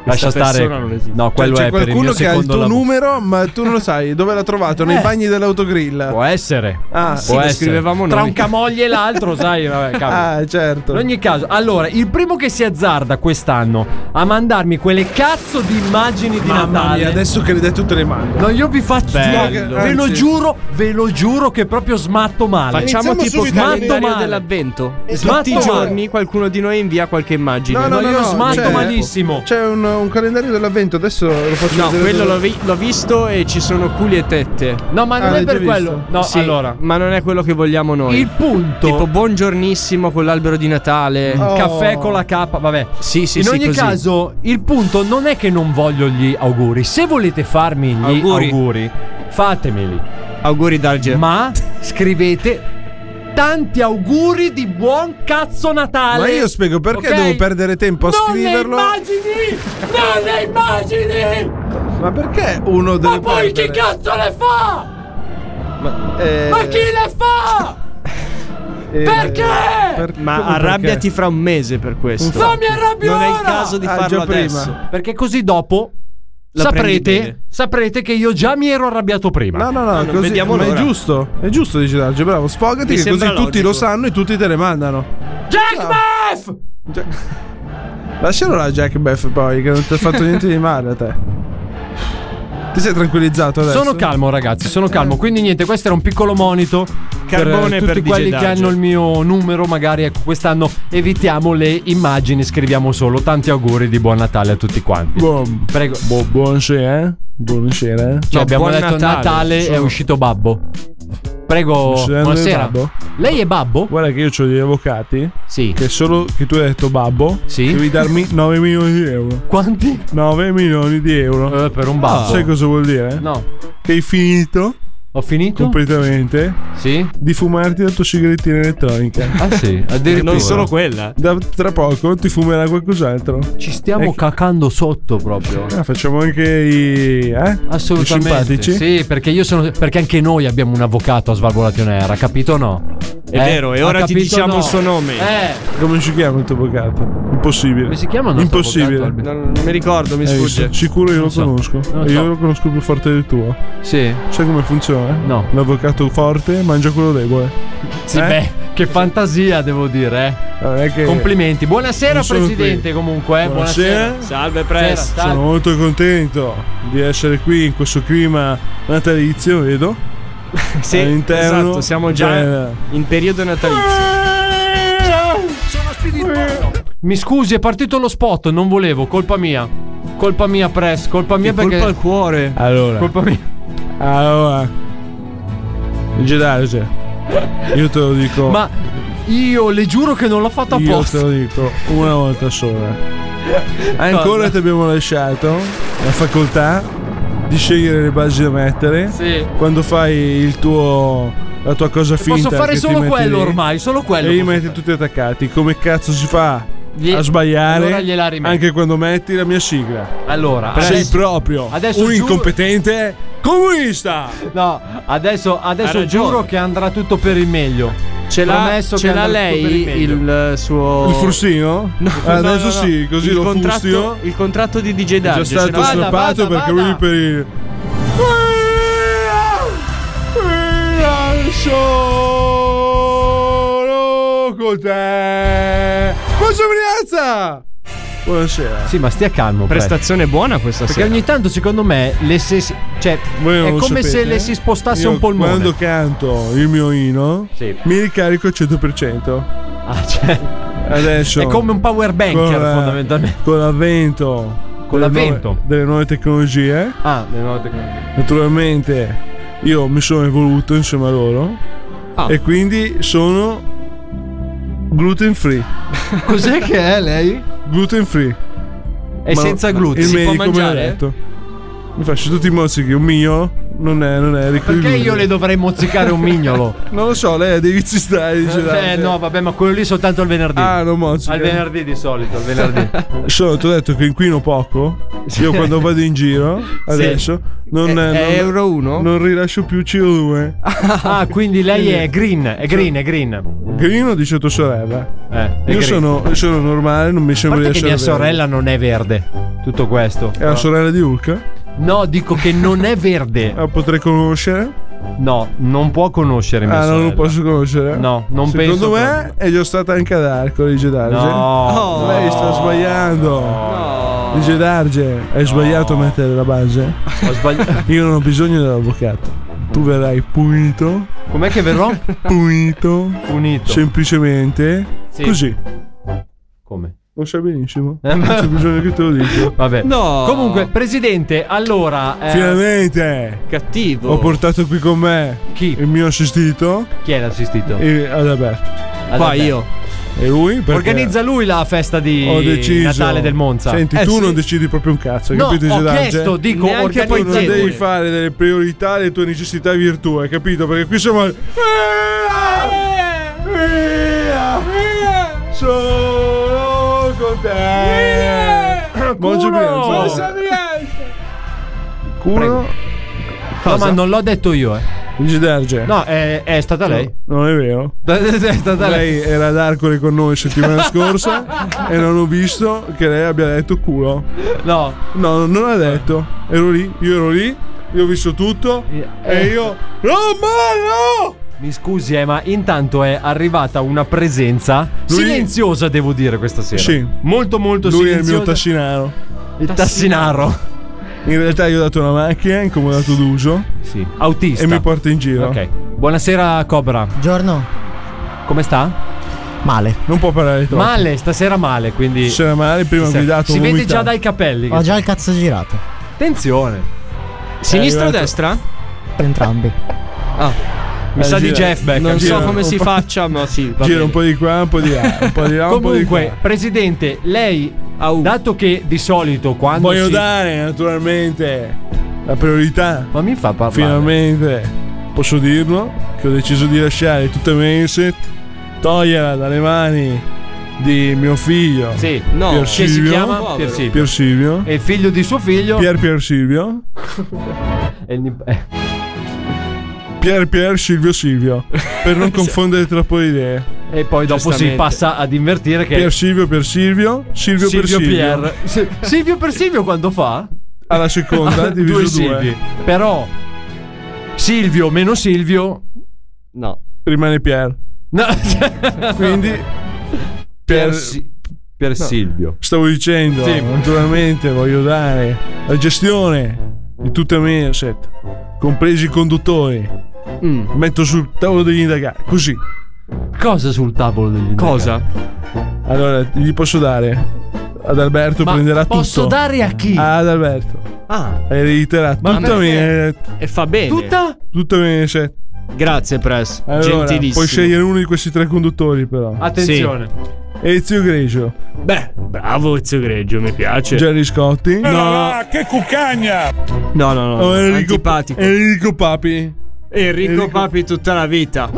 Lascia stare. persona non esiste. No, quello Cioè, è c'è per il qualcuno mio che ha il secondo tuo lavoro. numero, ma tu non lo sai. Dove l'ha trovato? Nei Eh. bagni dell'autogrill. Può essere. Ah, Può essere. Tra un camoglie e l'altro, sai, vabbè, *laughs* cavolo. Ah, certo. In ogni caso, allora, il primo che si azzarda quest'anno a mandarmi quelle cazzo di immagini di Mamma Natale. mia, adesso che le dai tutte le mando. No, io vi faccio. Bello. no, ve lo Anzi. giuro, ve lo giuro che proprio smatto male. Facciamo Iniziamo tipo il subito smatto calendario male. dell'avvento. Smatto Tutti i male. giorni qualcuno di noi invia qualche immagine. No, cioè, io smatto c'è- malissimo. C'è un, un calendario dell'avvento, adesso lo faccio No, vedere. quello dove- l'ho, vi- l'ho visto e ci sono culi e tette. No, ma Ah, non l'hai è per già quello. visto? No, Sì, allora. Ma non è quello che vogliamo noi. Il punto. Tipo buongiornissimo con l'albero di Natale. Oh. Caffè con la K, vabbè. Sì, sì, In sì, ogni così. caso, il punto non è che non voglio gli auguri. Se volete farmi gli auguri, Auguri. fatemeli. Auguri Darge. Ma scrivete tanti auguri di buon cazzo Natale. Ma io spiego perché Ok? devo perdere tempo a non scriverlo. Le immagini! Non le immagini! Ma perché uno deve Ma poi chi perdere? cazzo le fa? Ma, eh, Ma chi le fa? eh, Perché? per- Ma come arrabbiati perché? fra un mese per questo. Non mi arrabbio Non è il ora! caso di Ah, farlo già prima. adesso. Perché così dopo La prendi bene. saprete, saprete che io già mi ero arrabbiato prima. No, no, no, Ah, non così, vediamo ma è l'ora. giusto. È giusto dice Darge, bravo, sfogati Mi che così sembra tutti logico. lo sanno e tutti te le mandano. Cioè, Jack Ah. Meff! *laughs* Lascialo la Jack Beth poi che non ti *laughs* ha fatto niente di male a te. Ti sei tranquillizzato adesso? Sono calmo, ragazzi, Eh. sono calmo. Quindi, niente, questo era un piccolo monito. Carbone per per tutti DJ quelli che Darge. hanno il mio numero, magari ecco, quest'anno evitiamo le immagini, scriviamo solo tanti auguri di buon Natale a tutti quanti. Buon- Prego. Boh, bu- eh. buonasera. Buonasera. Cioè, abbiamo buon detto Natale, Natale, è solo. uscito Babbo. Prego, Buonasera, buonasera. Babbo. Lei è Babbo? Guarda che io ho gli avvocati Sì. che solo che tu hai detto babbo, Sì. devi darmi 9 milioni di euro. Quanti? 9 milioni di euro. Eh, per un babbo. Sai cosa vuol dire? No. Che hai finito Ho finito? completamente sì. di fumarti la tua sigarettina elettronica. *laughs* Ah sì, addirittura. Non solo Eh. quella. Da tra poco ti fumerà qualcos'altro. Ci stiamo Ecco. cacando sotto proprio. Ah, facciamo anche i eh? I Assolutamente. simpatici. Sì, perché io sono. Perché anche noi abbiamo un avvocato a Svalvolation Era, capito o no? È vero, e ora ti diciamo il suo nome. Eh, Come si chiama il tuo avvocato? Impossibile. come si chiama il nostro Impossibile. avvocato, Albi? Non, non mi ricordo, mi Hai sfugge. visto? Sicuro io lo so. conosco. Non lo E so. Io lo conosco più forte del tuo. Sì. Sai come funziona? No. L'avvocato forte mangia quello debole. Sì, Eh? beh, che fantasia devo dire, Non è che- eh. Complimenti. Buonasera, Non sono qui. presidente, comunque. eh. Buonasera. Salve Press. Buonasera, Sono salve. molto contento di essere qui in questo clima natalizio, vedo. Sì, All'interno esatto, siamo già del- in periodo natalizio. Mi scusi, è partito lo spot, non volevo, colpa mia. Colpa mia, Press, colpa mia perché. Colpa al cuore. Allora. colpa mia. Allora. Gedarge. Io te lo dico. Ma io le giuro che non l'ho fatto Io te apposta. lo dico una volta sola. Ancora ti abbiamo lasciato la facoltà di scegliere le basi da mettere. Sì. Quando fai il tuo la tua cosa finta Posso fare che ti solo metti quello lì, ormai, solo quello. E li posso metti fare. tutti attaccati. Come cazzo si fa Gli- a sbagliare? allora gliela rimetto. anche quando metti la mia sigla. Allora, Ah, Sei adesso- proprio adesso un giuro- incompetente comunista. No, adesso, adesso ragione. giuro che andrà tutto per il meglio. Ce l'ha, Promesso ce che l'ha andrà tutto per il lei meglio. il eh, suo. Il frustino? No, Eh, adesso sì, così il lo contratto, frustino. Il contratto di DJ È Darge già ce stato l'ha. snappato perché lui per il. Sono con te. Buongiorno Brianza! Buonasera. Sì, ma stia calmo. Prestazione buona questa Perché sera. ogni tanto, secondo me, le se si- cioè, Voi non è lo come sapete, se eh? le si spostasse Io un polmone. Quando canto il mio ino, mi ricarico al 100%. Ah, cioè. Adesso È come un power banker, con la- fondamentalmente. Con l'avvento Con delle l'avvento. nuove- delle nuove tecnologie. Ah, le nuove tecnologie. Naturalmente io mi sono evoluto insieme a loro Ah. e quindi sono gluten free. Cos'è che è lei? Gluten free. È senza glutine. Il Si può medico me l'ha mangiare? detto. Mi faccio tutti i mozzichi, un mio non è, non è ricco di Perché io glutine. le dovrei mozzicare un *laughs* mignolo? Non lo so, lei ha dei vizi strani. Eh, no, vabbè, ma quello lì soltanto al venerdì. Ah, non mozzica. Al venerdì di solito, al venerdì. *laughs* Sono, ti ho detto che inquino poco. Io quando vado in giro, adesso, non, È- non- è Euro 1? non rilascio più CO2. ah, quindi lei è green, è green, è green. Grino dice tua sorella. Eh, è cioè Io green. sono, sono normale, non mi A sembra di parte che essere. mia vero. sorella non è verde. Tutto questo. È la sorella di Hulk? No, dico che non è verde. La potrei conoscere? No, non può conoscere mia Ah, sorella. non lo posso conoscere. No, non Secondo penso me è già stata anche ad Arco di Gedarge. No. Oh, lei sta sbagliando. No. Gedarge, hai sbagliato a mettere la base? Ho sbagliato. Io non ho bisogno dell'avvocato. Tu verrai punito. *laughs* Com'è che verrò? Punito. Punito. Semplicemente. Sì. Eh, Così. Come? Lo sai benissimo. Non c'è bisogno che te lo dica. Vabbè. No. Comunque, presidente, allora. *laughs* eh, Finalmente. Cattivo. Ho portato qui con me. Chi? Il mio assistito. Chi è l'assistito? E Adalberto. Allora, beh, E lui Eh, perché Organizza lui la festa di ho deciso. Natale del Monza. Senti, Eh, tu sì. non decidi proprio un cazzo, No, capito? ho Gedange? chiesto, dico, Neanche poi tu non organizzatore. devi fare delle priorità le tue necessità e virtù, hai capito? Perché qui siamo al- Sono con te. Mangio Bianco. Culo. No, ma non l'ho detto io, eh. Gedarge. No, è, è stata lei. Non è vero. *laughs* è stata lei. Lei era ad Arcole con noi *laughs* settimana scorsa e non ho visto che lei abbia detto culo. No. No, non l'ha detto. Ero lì, io ero lì, io ho visto tutto e io. Romano! Mi scusi, eh, ma intanto è arrivata una presenza Lui- silenziosa, devo dire, questa sera. Sì. Molto, molto Lui è il silenziosa. mio tassinaro. Il tassinaro. In realtà gli ho dato una macchina in comodato d'uso Sì. Autista. e mi porta in giro. Ok. Buonasera, Cobra. Buongiorno. Come sta? Male. Non può parlare troppo. Male, stasera male, quindi. C'era male, prima ho Sì, guidato Si vede vomitato. già dai capelli. che- Ho già il cazzo girato. Attenzione. Sinistra o arrivato. Eh, destra? Per entrambi. Eh, Mi sa di gira- Jeff Beck. Non Gira so come un si po'. faccia, ma sì. va Gira bene. un po' di qua, un po' di là, un po' di là, un po' di Comunque, qua. presidente, lei, dato che di solito quando. Voglio si- dare naturalmente la priorità Ma mi fa parlare. Finalmente posso dirlo che ho deciso di lasciare tutte le mie asset, toglierla dalle mani di mio figlio Sì, No, Pier che che si Silvio. chiama Pier Silvio. Pier Silvio. E il figlio di suo figlio. Pier Pier Silvio. e il nip- eh, Pier Pier Silvio Silvio. Per *laughs* non confondere troppo le idee. E poi dopo si Giustamente. passa ad invertire che. Pier Silvio per Silvio. Silvio, per Silvio Silvio. Pier. Sì, Silvio per Silvio quando fa? Alla seconda diviso *laughs* due due. Silvi. Però. Silvio meno Silvio. No. Rimane Pier. No. Quindi Pier, *laughs* Pier- Si- Pier Silvio. Stavo dicendo, Sì. naturalmente voglio dare la gestione di tutte le mie asset, compresi i conduttori. Mm. Metto sul tavolo degli indagati, così. Cosa sul tavolo degli Cosa? Allora, gli posso dare. Ad Alberto Ma prenderà posso tutto. dare a chi? Ad Alberto. Ah, Erediterà Ma tutta mia, e fa bene. Tutta? tutte le mie asset. Grazie, Press. Allora, Gentilissimo. Ah. puoi scegliere uno di questi tre conduttori, però. Attenzione. Ezio Grecio, Beh, bravo Ezio Greggio, mi piace. Gerry Scotti. no, che cucagna! no, no, no, Oh, Enrico, antipatico. Enrico Papi. Enrico, Papi tutta la vita.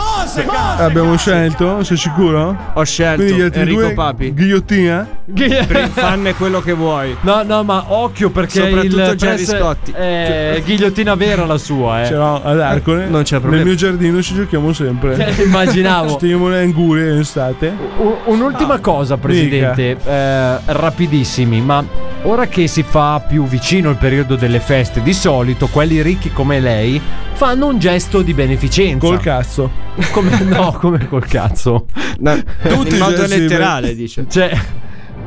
Abbiamo scelto, sei sicuro? Ho scelto *laughs* Quindi gli altri Enrico due eh? Papi. ghigliottina Fanne quello che vuoi. No, no, ma occhio perché Soprattutto il Jerry press Scotti. È ghigliottina vera la sua, eh. Ce l'ho ad Arcone. Non c'è problema. Nel mio giardino ci giochiamo sempre. Eh, *laughs* immaginavo. Stiamo in Anguria in estate. U- Ah, Un'ultima cosa, Presidente, eh, rapidissimi, ma ora che si fa più vicino il periodo delle feste, di solito quelli ricchi come lei fanno un gesto di beneficenza. Col cazzo. *laughs* Come, no, come col cazzo. in modo letterale, dice. Cioè,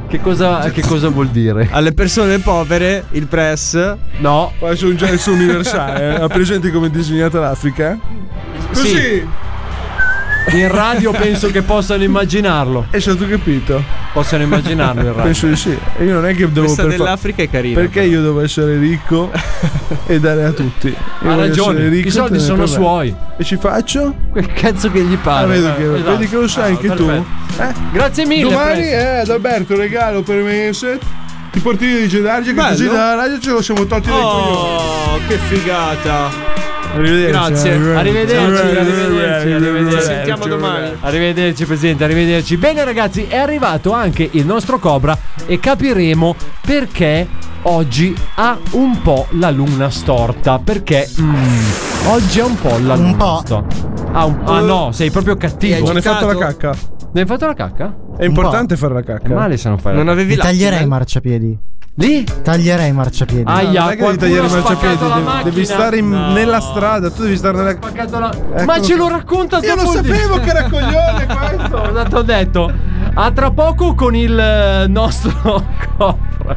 che cosa, che cosa vuol dire? Alle persone povere il press No. Faccio un gesto *laughs* universale. Ha presente come è disegnata l'Africa? eh? Così. In radio penso che possano immaginarlo. E se tu capito? Possano immaginarlo in radio. Penso di sì. E io non è che devo Questa per fa- dell'Africa è carina. Perché io devo essere *laughs* ricco e dare a tutti? Io Ha voglio ragione, essere ricco cioè, i e soldi tenere sono per me. suoi. E ci faccio? Quel cazzo che gli Ah, pare. vedi, che, Esatto. vedi che lo sai Ah, anche tu. perfetto. Eh? Grazie mille. Domani Presti. eh, ad Alberto regalo per Meset. Ti portini di Gedarge che Bello. così dalla radio ce lo siamo tolti dai coglioni. Oh, che figata. Arrivederci. Grazie. Arrivederci, arrivederci, arrivederci. Ci sentiamo domani. Arrivederci Presidente, arrivederci. Bene ragazzi, è arrivato anche il nostro Cobra e capiremo perché oggi ha un po' la luna storta. Perché mm, oggi ha un po' la luna storta. Ah, un- ah, no, sei proprio cattivo. Eh, Non hai fatto la cacca. cacca. Ne hai fatto la cacca? È importante fare la cacca. È male se non fai la Non avevi la Taglierei i marciapiedi. Lì? Taglierei i marciapiedi. Aia, non è che devi qualcuno tagliare ha i marciapiedi, spaccato la devi, devi macchina. stare in- No. nella strada, tu devi stare nella spaccato la- Ma ce lo racconta Ecco. Io lo dopo di- sapevo che era coglione *laughs* questo. Cosa ti ho detto? A tra poco con il eh, nostro *laughs* Cobra.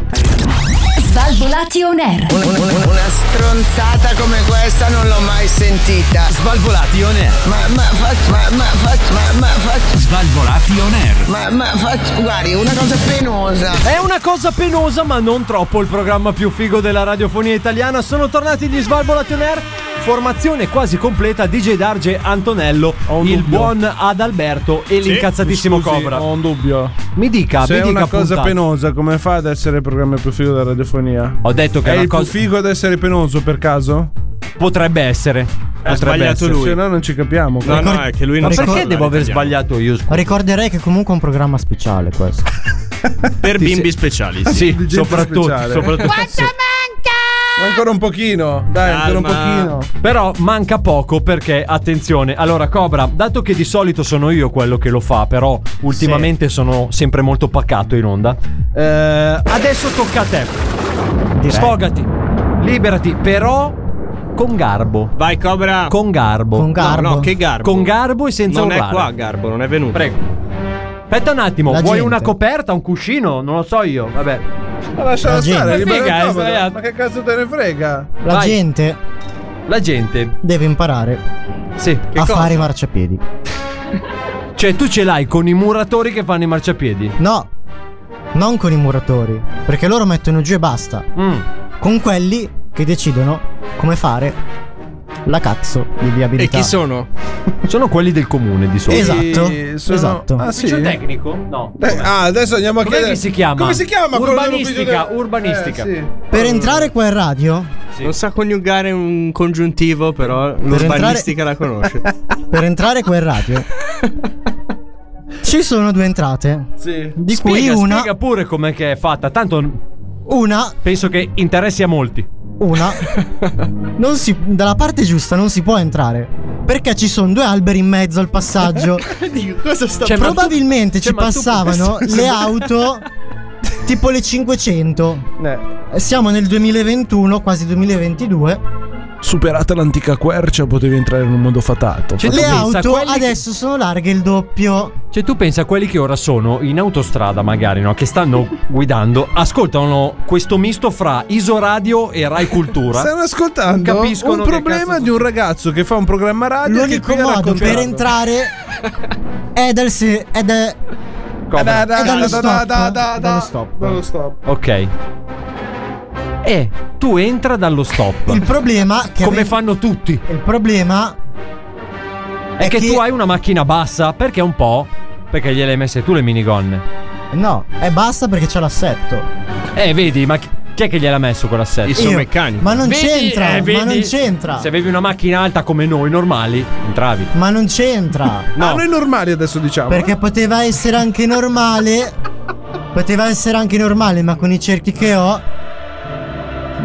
Svalvolati on air. Una stronzata come questa non l'ho mai sentita. Svalvolati on air. Ma, ma, fac- ma, ma, fac- ma, ma, fac- Svalvolati on air. ma, ma, fac- guardi, una cosa penosa. È una cosa penosa, ma non troppo. Il programma più figo della radiofonia italiana. Sono tornati gli Svalvolati on air. Formazione quasi completa: DJ Darge Antonello, dubbio. il buon Adalberto e l'incazzatissimo Scusi, Cobra. Ho un dubbio. Mi dica, Se mi è dica una cosa puntata. penosa, come fa ad essere il programma più figo della radiofonia? Ho detto che È è una il più cosa. figo ad essere penoso per caso? Eh, Potrebbe essere. Potrebbe sbagliato essere. lui. Se no non ci capiamo. No, no, è che lui Ma non sa perché parlare devo aver italiano. sbagliato io? scusa? Ricorderei che comunque è un programma speciale questo. Per bimbi speciali. sì. Ah, Sì, gente soprattutto. speciale. soprattutto- sì. Ma ancora un pochino. Dai, ancora un Calma. pochino. Però manca poco perché, attenzione, allora Cobra, dato che di solito sono io quello che lo fa, però ultimamente sono sempre molto pacato in onda, eh, adesso tocca a te. Sfogati, liberati, però con garbo. Vai Cobra. Con garbo. Con garbo. No, no, che garbo. Con garbo e senza non urlare. è qua Garbo, non è venuto. Prego. Aspetta un attimo, La vuoi gente. una coperta, un cuscino? Non lo so io, vabbè. Ma lasciala La gente. stare, Ma libero eh, figa, è comodo. sbagliato. Ma che cazzo te ne frega? La Vai. gente La gente. deve imparare Sì. Che a cosa? fare i marciapiedi. Cioè tu ce l'hai con i muratori che fanno i marciapiedi. No, non con i muratori, perché loro mettono giù e basta. Mm. Con quelli che decidono come fare la cazzo di E viabilità. chi sono? Sono quelli del comune di solito. Esatto, Sì, sono- esatto. Ah, Cioè, sì? Ufficio tecnico? No. Eh, ah, adesso andiamo a Com'è chiedere. che si chiama? Come si chiama? quello Urbanistica, dell'ufficio del- urbanistica. Eh, sì. Per entrare qua in radio, Non sa coniugare un congiuntivo, però l'urbanistica la conosce. per entrare qua in *laughs* radio, ci sono due entrate. Sì. Di cui Spiega, una, spiega pure com'è che è fatta. Tanto una, penso che interessi a molti. Cioè, una, non si, dalla parte giusta non si può entrare. Perché ci sono due alberi in mezzo *laughs* al passaggio. Cosa sta Cioè, ma tu- Probabilmente cioè, ci ma tu- *laughs* passavano le auto tipo le 500. Eh, Siamo nel 2021, quasi 2022. Superata l'antica quercia, potevi entrare in un mondo fatato. Cioè, tu Le pensa a auto quelli che- adesso sono larghe il doppio. Cioè, tu pensa a quelli che ora sono in autostrada, magari, no? Che stanno guidando, ascoltano questo misto fra Isoradio e Rai Cultura. Stanno ascoltando Non capiscono un che problema cazzo- di un ragazzo che fa un programma radio. L'unico che qui ha modo raccontato. per cioè. entrare è dal se- è da- Eh, da- da- È dallo da- stop, da- da- da- dallo da- stop. dallo stop. Ok. E tu entra dallo il stop. problema che Eh, Come ave- fanno tutti. il problema È che che- tu hai una macchina bassa perché un po'. Perché gliel'hai messe tu le minigonne. no, è basta perché c'è l'assetto. Eh, vedi, ma chi chi è che gliel'ha messo quell'assetto? Il suo Io- meccanico. Ma non Vedi? c'entra, Eh, ma vedi? non c'entra. Se avevi una macchina alta come noi, normali, entravi. Ma non c'entra. Ah, noi normali adesso diciamo. Perché poteva essere anche normale Poteva essere anche normale, ma con i cerchi che ho.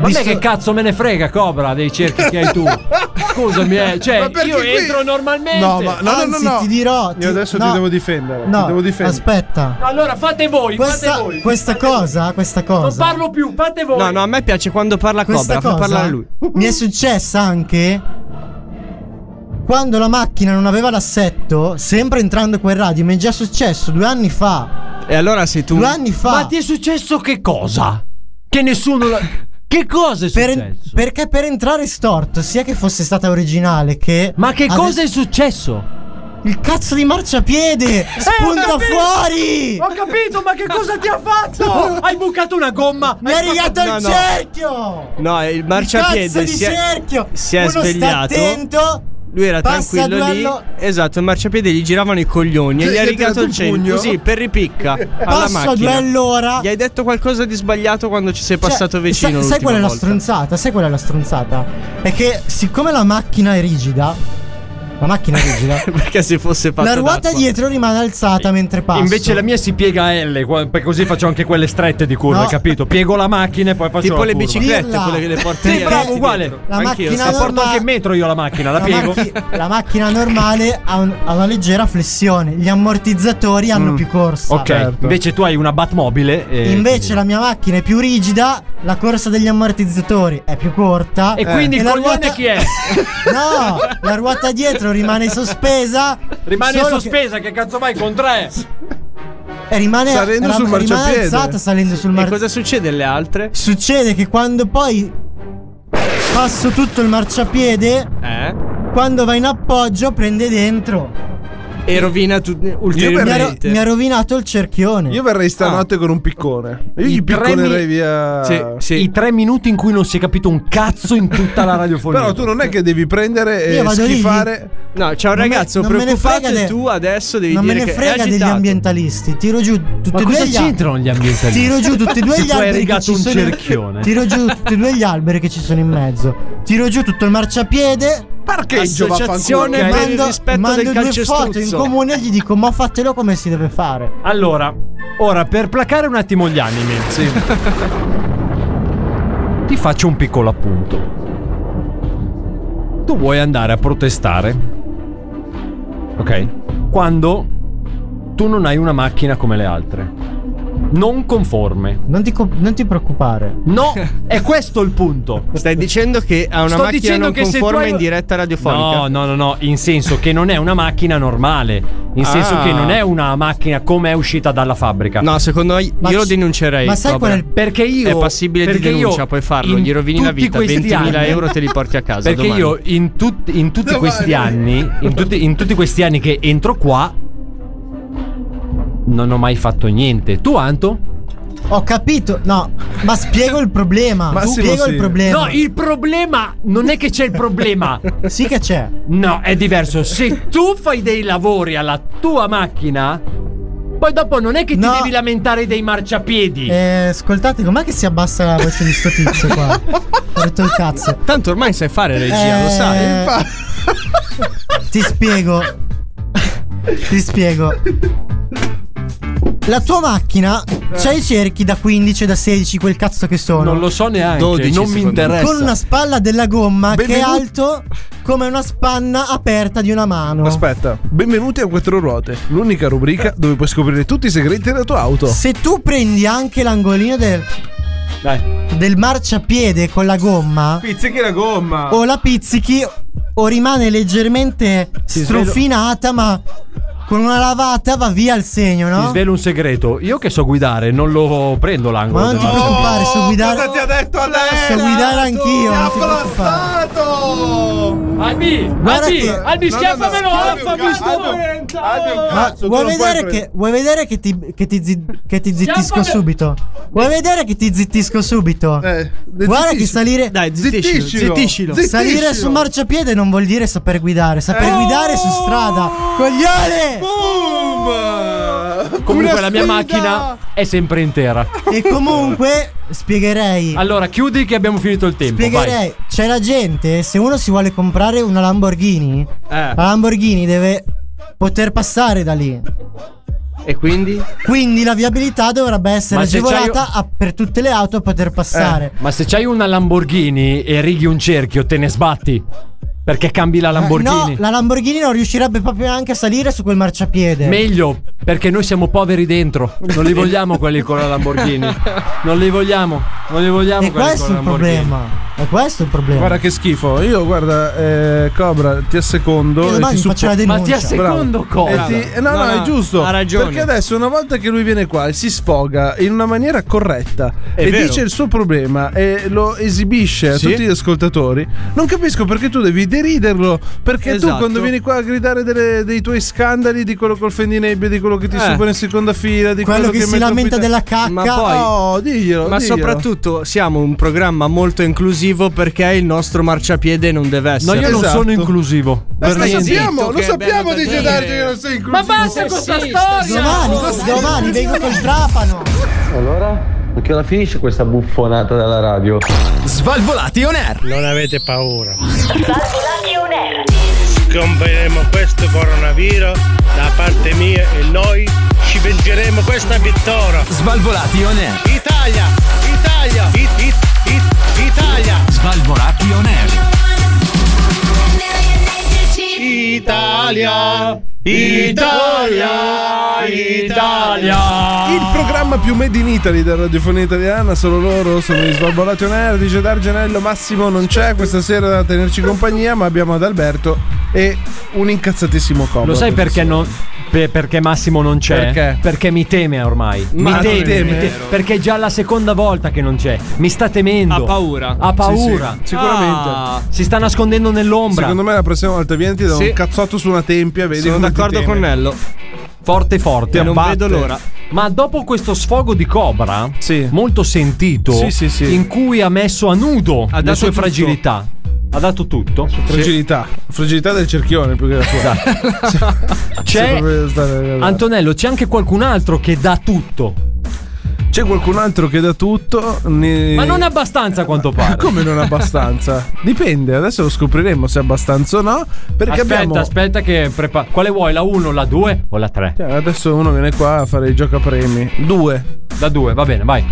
Vabbè, che cazzo me ne frega, Cobra, dei cerchi che *laughs* hai tu. Scusami, eh. Cioè, io entro normalmente. No, ma no, Anzi, no, no, no. ti dirò. Io adesso no. ti devo difendere. No, ti devo difendere. aspetta. Allora fate voi, Questa, fate voi. questa cosa, questa Non cosa. parlo più, fate voi. No, no, a me piace quando parla Questa Cobra, fa parlare lui. mi è successa anche quando la macchina non aveva l'assetto, sempre entrando quel radio, mi è già successo due anni fa. E allora sei tu. Due anni fa. Ma ti è successo che cosa? Che nessuno la- Che cosa è Per- successo? perché per entrare storto, sia che fosse stata originale che. Ma che adesso- cosa è successo? Il cazzo *laughs* di Eh, marciapiede! spunta fuori! Ho capito, ma che cosa ti ha fatto? Hai bucato una gomma! Mi ha rigato il no. cerchio! No, il Cazzo marciapiede di si è, cerchio! si è Uno svegliato. Sta attento! Lui era Passa tranquillo duello- lì. Esatto, il marciapiede gli giravano i coglioni Sì, e gli Cioè, gli ha ha rigato tirato il un cenno. pugno. Così per ripicca. *laughs* alla Passo a macchina. duello ora! Gli hai detto qualcosa di sbagliato quando ci sei Cioè, passato vicino. Sai, sai l'ultima qual è la volta. stronzata? Sai qual è la stronzata? È che siccome la macchina è rigida, la macchina è rigida, *laughs* Perché se fosse fatto la ruota d'acqua. dietro rimane alzata mentre passa. Invece la mia si piega a L, qua- per- così faccio anche quelle strette di curva, No. hai capito? Piego la macchina e poi faccio Tipo la le curva. biciclette, Dirla. quelle che le porti Sì, via. bravo, uguale. La Anch'io, macchina La porto norma- anche in metro io la macchina, la, la, piego. *laughs* macchi- la macchina normale ha, un- ha una leggera flessione, gli ammortizzatori hanno Mm. più corsa. Ok, invece tu hai una Batmobile. E Certo. Invece la mia macchina è più rigida, la corsa degli ammortizzatori è più corta. E quindi il eh, la coglione ruota- chi *laughs* è? No, la ruota dietro rimane sospesa. Rimane solo che- sospesa, che... cazzo vai con tre? E rimane, Salendo ram- sul rimane marciapiede. alzata salendo sul E marciapiede. cosa succede alle altre? Succede che quando poi passo tutto il marciapiede, Eh? quando va in appoggio prende dentro. E rovina tu- Mi ha, ro- ulteriormente. mi ha rovinato il cerchione. Io verrei stanotte Ah. con un piccone. Io gli picconerei via. I tre minuti in cui non si è capito un cazzo in tutta la radiofonia. Però tu non è che devi prendere e Io vado lì, schifare. No, c'è un Non me- ragazzo non me ne preoccupato frega e de- tu adesso devi non me dire ne che è frega degli agitato. ambientalisti. Tiro giù tutti Ma cosa e due gli alberi. c'entrano gli ambientalisti? Tiro giù tutti *laughs* e due Se gli tu hai alberi. che rigato ci un sono in- cerchione. Tiro giù tutti e due gli alberi che ci sono in mezzo. Tiro giù tutto il marciapiede. Parcheggio Associazione vaffanculo. per Cioè, il Mando, rispetto mando del due foto in calcestruzzo. comune e gli dico: Ma fatelo come si deve fare. Allora, ora per placare un attimo gli animi, *laughs* ti faccio un piccolo appunto. Tu vuoi andare a protestare, ok? Quando tu non hai una macchina come le altre, non conforme. Non ti, co- non ti preoccupare. *laughs* No, è questo il punto. Stai dicendo che ha una Sto macchina dicendo non che se tu conforme hai- in diretta radiofonica. No, no, no, no, in senso che non è una macchina normale, in senso Ah. che non è una macchina come è uscita dalla fabbrica. No, secondo me io Ma lo ci- denuncerei. ma sai Robert. qual è il- Perché io È passibile di perché io denuncia, puoi farlo, in gli rovini la tutti vita, questi 20.000 anni- euro te li porti a casa Perché domani. io in, tut- in tutti questi anni, in tutti, in tutti questi anni che entro qua, non ho mai fatto niente. Tu, Anto? Ho capito. No, ma spiego il problema. Massimo, spiego sì. il problema. No, il problema non è che c'è il problema. Sì che c'è. No, è diverso. Se tu fai dei lavori alla tua macchina, poi dopo non è che No. ti devi lamentare dei marciapiedi. Eh, ascoltate, com'è che si abbassa la voce di sto tizio qua? Ho detto il cazzo. Tanto ormai sai fare regia, lo sai. Eh, Ti spiego. Ti spiego. La tua macchina c'ha i cerchi da 15 da 16, quel cazzo che sono. Non lo so neanche, 12 non mi secondo me. interessa. con una spalla della gomma che è Benvenuti- alto come una spanna aperta di una mano. Aspetta, benvenuti a Quattro Ruote, l'unica rubrica dove puoi scoprire tutti i segreti della tua auto. Se tu prendi anche l'angolino del, Dai. del marciapiede con la gomma, Pizzichi la gomma. o la pizzichi o rimane leggermente strofinata, ma con una lavata va via il segno, Ti no? svelo un segreto. Io che so guidare, non lo prendo l'angolo. Ma non del ti preoccupare, so guidare. Cosa ti ha detto adesso? So guidare anch'io. non ti preoccupare. Stato! Albi, Guarda Albi, che- Albi, No, no, schiaffamelo, no, Albi, Albi, Albi, Albi, Albi, Albi, Albi. Ma Cazzo, vuoi tu non puoi vedere, prendere- che, vuoi vedere che ti, che ti zi- che ti zittisco Schiaffami! subito? Vuoi vedere che ti zittisco subito? Eh, Guarda che zittisci. salire, Dai, zittiscilo, Zittiscilo. zittiscilo. Zittiscilo. Eh. salire sul marciapiede non vuol dire saper guidare, saper guidare Oh! su strada. Coglione! Boom! Comunque Una la mia sfida! macchina è sempre intera. E comunque spiegherei. Allora, chiudi che abbiamo finito il tempo. Vai. Spiegherei, c'è la gente, se uno si vuole comprare una Lamborghini, Eh. la Lamborghini deve poter passare da lì. E quindi? Quindi la viabilità dovrebbe essere Ma se c'hai- agevolata a- per tutte le auto a poter passare. Ma se c'hai una Lamborghini e righi un cerchio, te ne sbatti. Perché cambi la Lamborghini. Eh, No, la Lamborghini non riuscirebbe proprio neanche a salire su quel marciapiede. Meglio, perché noi siamo poveri dentro. Non li vogliamo quelli con la Lamborghini. Non li vogliamo. Non li vogliamo E quelli questo con è la il Lamborghini. problema. È questo il problema. Guarda che schifo. Io guarda, eh, Cobra, ti assecondo. Io Eh, domani e ti faccio suppo- la denuncia. Ma ti assecondo, Bravo. Cobra? E ti- eh, No, No, no, no, è giusto. ha ragione. Perché adesso, una volta che lui viene qua, si sfoga in una maniera corretta È e vero. dice il suo problema e lo esibisce a Sì. tutti gli ascoltatori. Non capisco perché tu devi deriderlo. Perché Esatto. tu, quando vieni qua a gridare delle- dei tuoi scandali di quello col fendinebbe, di quello che ti Eh. supera in seconda fila, di quello, Quello che si mette un lamenta pita- della cacca. Ma poi, oh, diglielo. Ma diglielo. soprattutto siamo un programma molto inclusivo perché il nostro marciapiede non deve essere. No, io non Esatto. sono inclusivo. Per lo niente. sappiamo, lo Che sappiamo bello di da Gedarge dire. che non sei Ma inclusivo. basta con sta storia! Domani, domani vengo col trapano. Allora? Perché la finisce questa buffonata della radio? Svalvolati on air. Non avete paura. Svalvolati on air. Scomperemo questo coronavirus da parte mia e noi ci vengeremo questa vittoria. Svalvolati on air. Italia, Italia, it, it, it, Italia. Svalvolati on air. Italia, Italia, Italia. Il programma più made in Italy della radiofonia italiana, solo loro sono gli Svalvolati On Air di Gedargenello. Massimo non c'è questa sera da tenerci compagnia, ma abbiamo ad Alberto e un incazzatissimo comodo. diciamo. Lo sai perché non. pe- perché Massimo non c'è? Perché? mi teme ormai. Ma mi teme, ti teme? mi teme, perché è già la seconda volta che non c'è. Mi sta temendo. Ha paura. Ha paura. Sì, sì, sicuramente. Ah, si sta nascondendo nell'ombra. Secondo me la prossima volta vieni ti do Sì. un cazzotto su una tempia, vedi Sono come ti d'accordo teme. con Nello. Forte forte, Ti non abbatte. vedo l'ora. Ma dopo questo sfogo di Cobra, molto sentito, Sì, sì, sì. in cui ha messo a nudo dato le sue tutto. fragilità, ha dato tutto. Fragilità, fragilità del cerchione più che la *laughs* tua. Esatto. C'è Antonio Antonello, c'è anche qualcun altro che dà tutto. C'è qualcun altro che dà tutto. ne- Ma non abbastanza a *laughs* quanto pare. Come non abbastanza? Dipende, adesso lo scopriremo se è abbastanza o no. Perché aspetta, abbiamo. aspetta che preparo. Quale vuoi? La 1, la 2 o la 3? Cioè, adesso uno viene qua a fare i giocapremi. Due. La 2, va bene, vai.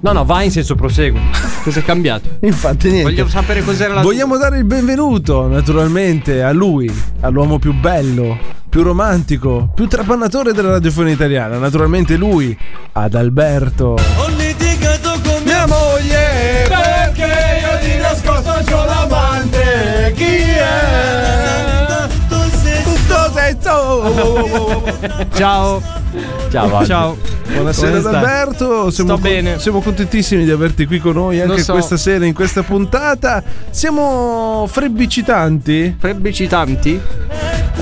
No, no, vai in senso proseguo. Cosa è cambiato? Infatti, niente. Voglio sapere cos'era la Vogliamo dare il benvenuto, naturalmente, a lui, all'uomo più bello, più romantico, più trapannatore della radiofonia italiana. Naturalmente, lui, ad Alberto. Ho litigato con mia moglie perché io di nascosto c'ho l'amante. Chi è? Tutto *laughs* senso. Ciao. Ciao, vai. Ciao. Buonasera Come ad stai? Alberto, siamo, Sto bene. siamo contentissimi di averti qui con noi anche Lo so. questa sera in questa puntata. Siamo frebbicitanti? Frebbicitanti?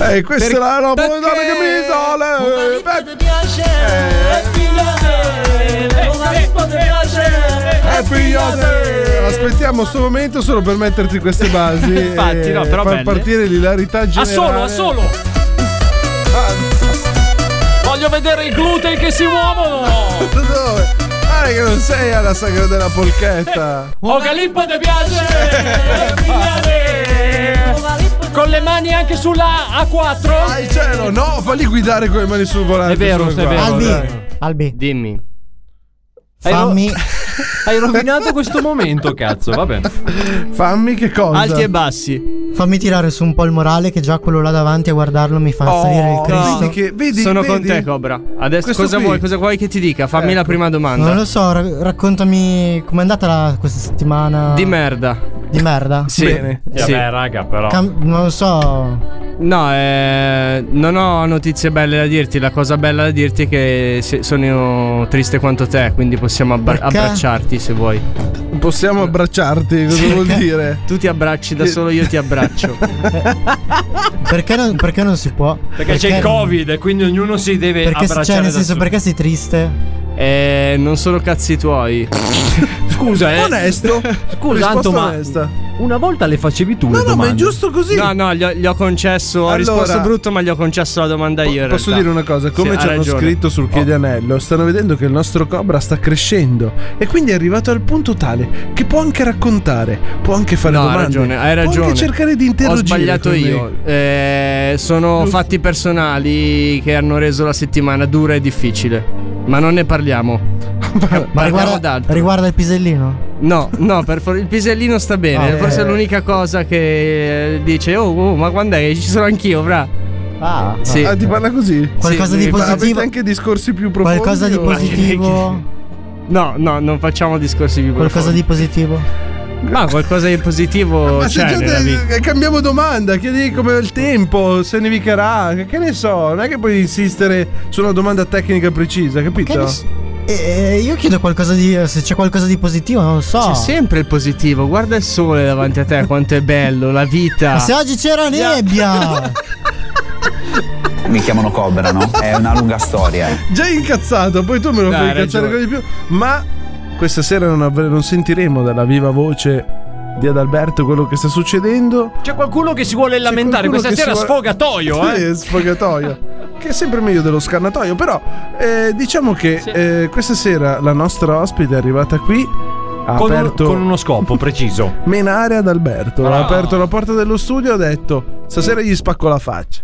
Eh, questa Per- è la roba perché? madonna che mi sale. eh, Ti piace? È figliate. Una ti piace? eh, figliate. Aspettiamo questo momento solo per metterti queste *laughs* basi. Infatti, e no, però far belle. partire l'ilarità A generale. solo, a solo. Voglio vedere i glutei che si muovono. Dove? Pare che non sei alla sagra della polchetta. O Galippo ti *laughs* piace? Con le mani anche sulla A4? Al Ah, cielo, no, falli guidare con le mani sul volante. È vero, sono è qua. vero. Dai. Albi, Albi, Dimmi. fammi. Hai rovinato questo momento, cazzo. *laughs* Vabbè. Fammi che cosa? Alti e bassi. Fammi tirare su un po' il morale che già quello là davanti a guardarlo mi fa salire il Cristo. Vedi che- vedi, Sono con vedi? te, Cobra. Adesso Questo cosa qui. vuoi? Cosa vuoi che ti dica? Fammi la prima domanda. Non lo so, ra- raccontami com'è andata la- questa settimana Di merda. di merda. Sì. Bene. Sì. Vabbè, raga, però. Cam- non lo so. No, eh, non ho notizie belle da dirti. La cosa bella da dirti è che se- sono triste quanto te, quindi possiamo abbra- Perché? abbracciarti se vuoi. Possiamo abbracciarti, cosa vuol dire? Tu ti abbracci da solo, io ti abbraccio. Perché non, perché non si può? Perché, Covid e quindi ognuno si deve Perché se- cioè, nel senso, perché sei triste? Eh, non sono cazzi tuoi. Scusa, eh. Onesto. *laughs* Scusa, Risposta Anto, ma onesta. *laughs* Una volta le facevi tu. No, le no, ma è domande. giusto così. No, no, gli ho, gli ho concesso. Ho Allora- risposto brutto, ma gli ho concesso la domanda io. in Posso realtà. dire una cosa? Come Sì, ha ci hanno ragione. Oh. scritto sul chiedianello, stanno vedendo che il nostro Cobra sta crescendo e quindi è arrivato al punto tale che può anche raccontare, può anche fare No, hai domande, ragione, hai può ragione. anche cercare di Ho interrogare. sbagliato con me. io. Eh, sono fatti personali che hanno reso la settimana dura e difficile. Ma non ne parliamo. Eh, Ma Parliamo riguarda, d'altro. riguarda il pisellino? No, no, per for- il pisellino sta bene. Ah, Forse eh. è l'unica cosa che eh, dice: Oh, oh, ma quando è che ci sono anch'io, fra? Ah, sì. Ah, ti parla così? Qualcosa di Ma avete positivo- anche discorsi più profondi. Qualcosa di o- positivo? No, no, non facciamo discorsi più Qualcosa di positivo? profondi. Ma qualcosa di positivo Ma se c'è già Cioè, nella te- eh, vita. cambiamo domanda, chiedi come il tempo, se nevicherà, che- che ne so, non è che puoi insistere su una domanda tecnica precisa, capito? Che ne s- Eh, eh, io chiedo qualcosa di. eh, se c'è qualcosa di positivo, non lo so. C'è sempre il positivo. Guarda il sole davanti a te, quanto è bello, la vita. Ma se oggi *laughs* c'era nebbia! Mi chiamano Cobra, *laughs* no? È una lunga storia. eh. Già incazzato, poi tu me lo Dai, fai hai incazzare ancora ragione. di più. Ma questa sera non, avre- non sentiremo dalla viva voce di Adalberto quello che sta succedendo. C'è qualcuno che si vuole lamentare. qualcuno Questa che sera si vuole- sfogatoio, Sì, eh. *laughs* sfogatoio. Che è sempre meglio dello scannatoio, però eh, diciamo che eh, questa sera la nostra ospite è arrivata qui. Ha Con un- aperto con uno scopo preciso. menare ad Alberto. Ha Ah. aperto la porta dello studio e ha detto: Stasera gli spacco la faccia.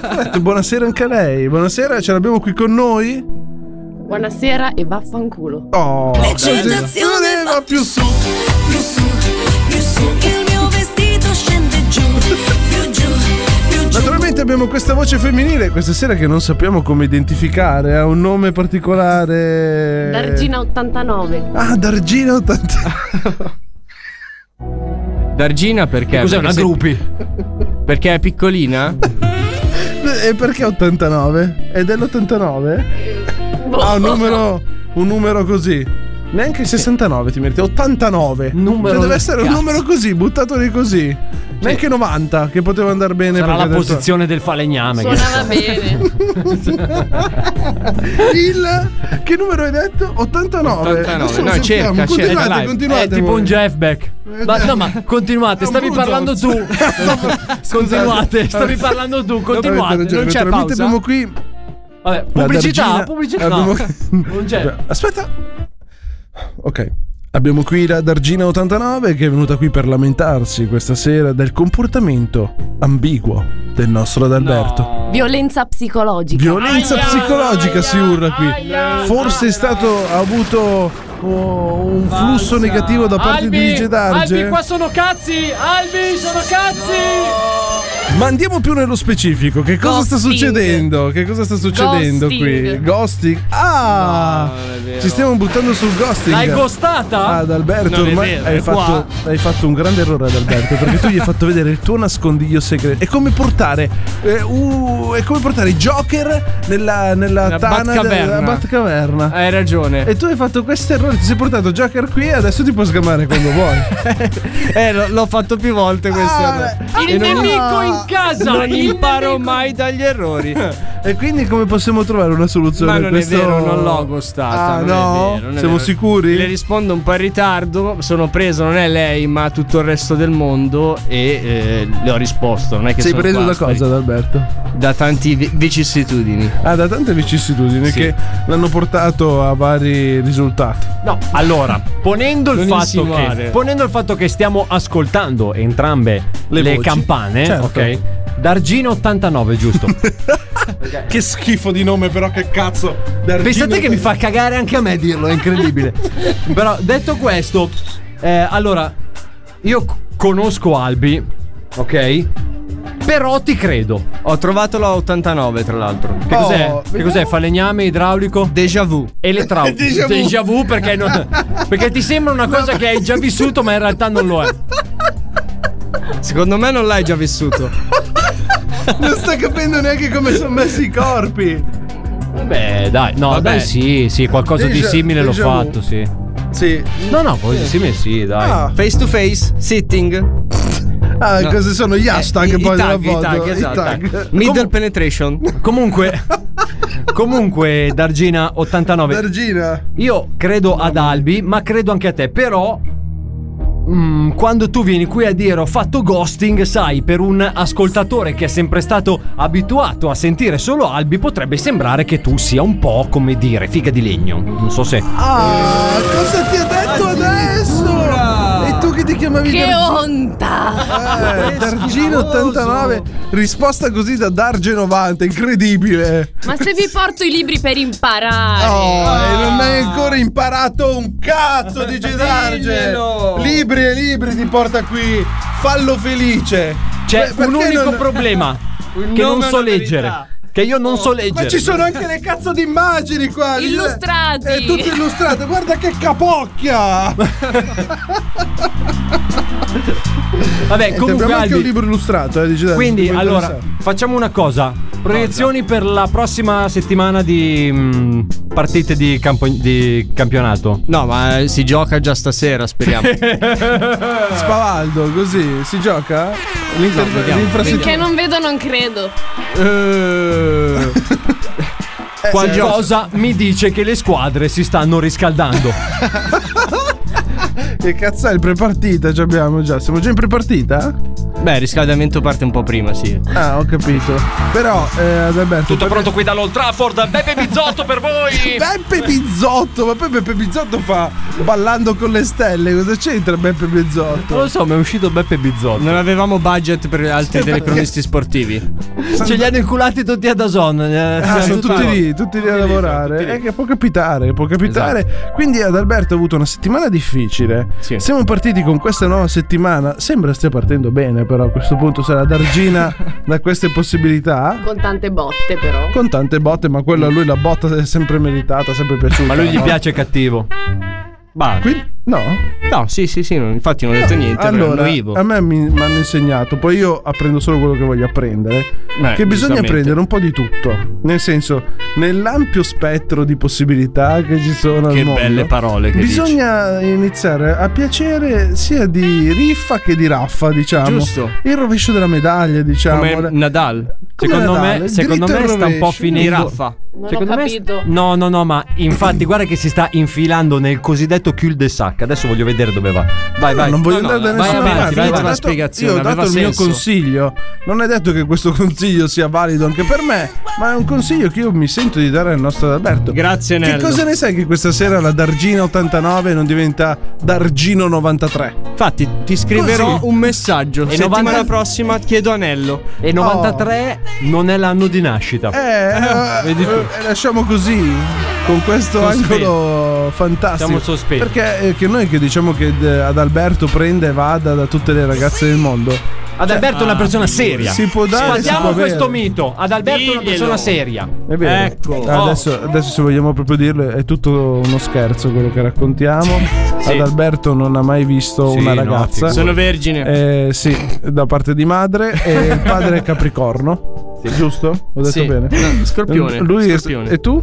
ha detto: Buonasera anche a lei. Buonasera, ce l'abbiamo qui con noi. Buonasera e vaffanculo. Oh, L'eccitazione va più su, più su, più su. Il mio vestito scende giù, più giù, più giù. Naturalmente abbiamo questa voce femminile questa sera che non sappiamo come identificare, ha un nome particolare. D'Argina 89. Ah, Dargina 80. D'argina perché? Cos'è, una gruppi? Perché è piccolina? Eh, E perché 89? È dell'89? Boh. Ha un numero un numero così. Neanche il 69 ti meriti, 89. Numero Cioè, deve del essere un cazzo. numero così, buttato lì così. Neanche 90 che poteva andare bene Sarà perché la adesso- posizione del falegname. che- Suonava bene. Il che numero hai detto? 89. 89, Adesso lo no, sentiamo. cerca, cerca, continuate, dai. continuate. È tipo voi. un Jeff Beck. Ma, no, *laughs* ma continuate, stavi parlando *laughs* tu. continuate, stavi parlando tu, continuate. Avete ragione, Non c'è naturalmente pausa. abbiamo qui Vabbè, La pubblicità, Dargina- pubblicità. abbiamo- *laughs* Non c'è. Eh, Aspetta. Ok. Abbiamo qui la Dargina 89 che è venuta qui per lamentarsi questa sera del comportamento ambiguo del nostro Adalberto. Violenza psicologica. Violenza psicologica si urla qui. Forse è stato ha avuto oh, un flusso negativo da parte di DJ Darge. Albi, qua sono cazzi! Albi, sono cazzi! Ma andiamo più nello specifico, che cosa sta Ghosting. succedendo? Che cosa sta succedendo qui? Ghosting. Ghosting. Ah! ci stiamo buttando sul ghosting. L'hai ghostata? Ad Alberto, Non è ormai vero, hai, è qua. fatto, hai fatto un grande errore ad Alberto, perché tu gli hai fatto vedere il tuo nascondiglio segreto. È come portare eh, uh, è come portare i Joker nella, nella Nella tana Batcaverna. Eh. della Batcaverna. Hai ragione. E tu hai fatto questo errore, ti sei portato Joker qui e adesso ti puoi sgamare quando vuoi. *laughs* Ah, Eh, l- l'ho fatto più volte questo. Il nemico in casa! Non il imparo mai dagli errori. *laughs* E quindi come possiamo trovare una soluzione? Ma a non questo... è vero, non l'ho gostata. Ah, non è no? vero, non è Siamo vero. sicuri? Le rispondo un po' in ritardo. Sono preso, non è lei, ma tutto il resto del mondo. E eh, le ho risposto. Non è che Sei sono preso qua, da aspetta. cosa, Adalberto? Da tanti vi- vicissitudini. Ah, da tante vicissitudini Sì. che l'hanno portato a vari risultati. No, allora, ponendo Non il, fatto insinuare. che, ponendo il fatto che stiamo ascoltando entrambe le, Le voci. campane, Certo. ok? Dargino 89, giusto? *laughs* Che schifo di nome, però, che cazzo. *laughs* Pensate che mi fa cagare anche a me dirlo, è *laughs* incredibile. Però detto questo, eh, allora, io c- conosco Albi, ok? Però ti credo. Oh, Ho trovato la 89, tra l'altro. Che cos'è? che cos'è? Falegname, idraulico? Déjà vu. Elettraulico. Déjà vu. *laughs* Déjà vu perché, *laughs* non- perché ti sembra una cosa che hai *laughs* già vissuto, ma in realtà non lo è. Secondo me non l'hai già vissuto. non sta capendo neanche come sono messi i corpi. Beh, dai, no, Vabbè. beh, sì, sì, qualcosa di Déjà- simile l'ho déjà vu. fatto, sì. Sì. No, no, qualcosa di simile sì, dai. Ah. Face to face, sitting. Ah, No. cosa sono gli Eh, hashtag i- poi i della tag, i foto? tag, esatto, tag. Middle penetration. Comunque, *laughs* comunque, Dargina 89. Dargina. Io credo ad Albi, ma credo anche a te. Però mm, quando tu vieni qui a dire ho fatto ghosting, sai, per un ascoltatore che è sempre stato abituato a sentire solo Albi, potrebbe sembrare che tu sia un po', come dire, figa di legno. Non so se... Ah, cosa ti ha detto adesso? E tu che ti chiamavi Che Gar- onta! Eh, Dargino 89, risposta così da Darge 90, incredibile. Ma se vi porto i libri per imparare. Oh, e non hai ancora imparato un cazzo di *laughs* Gedarge. Dimmelo. Libri e libri ti porta qui. Fallo felice. C'è Beh, perché un unico non- *laughs* problema, Il che non nome è so una leggere. verità. Oh, Che io non so leggere. Ma ci sono anche le cazzo di immagini qua. Illustrati. È tutto illustrato. Guarda che *laughs* capocchia. Vabbè, comunque Eh, abbiamo anche Albi, un libro illustrato, eh, di Gedarge, Quindi se ti può allora interessare. facciamo una cosa: proiezioni per la prossima settimana di mm, partite di, campo- di campionato. No, ma eh, si gioca già stasera, speriamo. Spavaldo, così si gioca? No, vediamo. Finché non vedo non credo. Eh. Qualcosa mi dice che le squadre si stanno *laughs* riscaldando. Che cazzo è il prepartita? Ci abbiamo già. Siamo già in prepartita? Beh, il riscaldamento parte un po' prima, sì. Ah, ho capito. Però, eh, Adalberto, Tutto pronto qui dall'Old Trafford, Beppe Bizzotto per voi. Beppe Bizzotto, ma poi Beppe Bizzotto fa ballando con le stelle, cosa c'entra Beppe Bizzotto? Non lo so, ma è uscito Beppe Bizzotto. Non avevamo budget per altri telecronisti sportivi. Ce li hanno inculati tutti eh, a Dazon. Ah, sono tutti lì, tutti lì a lavorare. Eh, che può capitare, può capitare. Quindi Adalberto ha avuto una settimana difficile. Siamo partiti con questa nuova settimana. Sembra stia partendo bene, però a questo punto sarà d'argina da queste possibilità. Con tante botte, però. Con tante botte, ma quello a lui la botta è sempre meritata, sempre piaciuta. Ma lui gli no? piace cattivo. Ma No? No, sì, sì, sì, non- infatti non ho detto niente, allora, annoivo. a me mi, mi hanno insegnato, poi io apprendo solo quello che voglio apprendere, Eh, che bisogna giustamente. prendere un po' di tutto, nel senso, nell'ampio spettro di possibilità che ci sono Che al mondo. belle parole che bisogna iniziare a piacere sia di riffa che di raffa, diciamo. Giusto. Il rovescio della medaglia, diciamo. Come Nadal. Come secondo Nadal, me, secondo dritto me e sta un rovescio. po' finendo. Non Secondo ho me- capito. No, no, no, ma infatti guarda che si sta infilando nel cosiddetto cul de sac. Adesso voglio vedere dove va. Vai, vai. non voglio No, no, andare da vai nessuna avanti, parte. vai Io ho avanti. dato- Io ho dato il mio consiglio. Non è detto che questo *laughs* consiglio sia valido anche per me, ma è un consiglio che io mi sento di dare al nostro Alberto. Grazie, Che Nello. cosa ne sai che questa sera la Dargina 89 non diventa Dargino 93? Infatti, ti scriverò Così. un messaggio. E Settimana 90 prossima chiedo anello. E 93 non è l'anno di nascita. Eh, eh, vedi tu. eh, lasciamo così con questo Sospeso. angolo fantastico. Siamo sospesi. Perché eh, che noi che diciamo che eh, ad Alberto prende e vada da tutte le ragazze del mondo. Ad Cioè, Alberto è una persona ah, seria. Si può dare, si può Sfatiamo avere. questo mito. Ad Alberto è una persona seria. È vero. Ecco. Ecco. Ah, Adesso, adesso se vogliamo proprio dirlo, è tutto uno scherzo quello che raccontiamo. Sì. Ad Alberto non ha mai visto Sì, una no, ragazza. figurati. Sono vergine. Eh, sì, da parte di madre. E *laughs* il padre è Capricorno. Giusto? Ho detto Sì. bene. No, scorpione, Lui è- scorpione. e tu?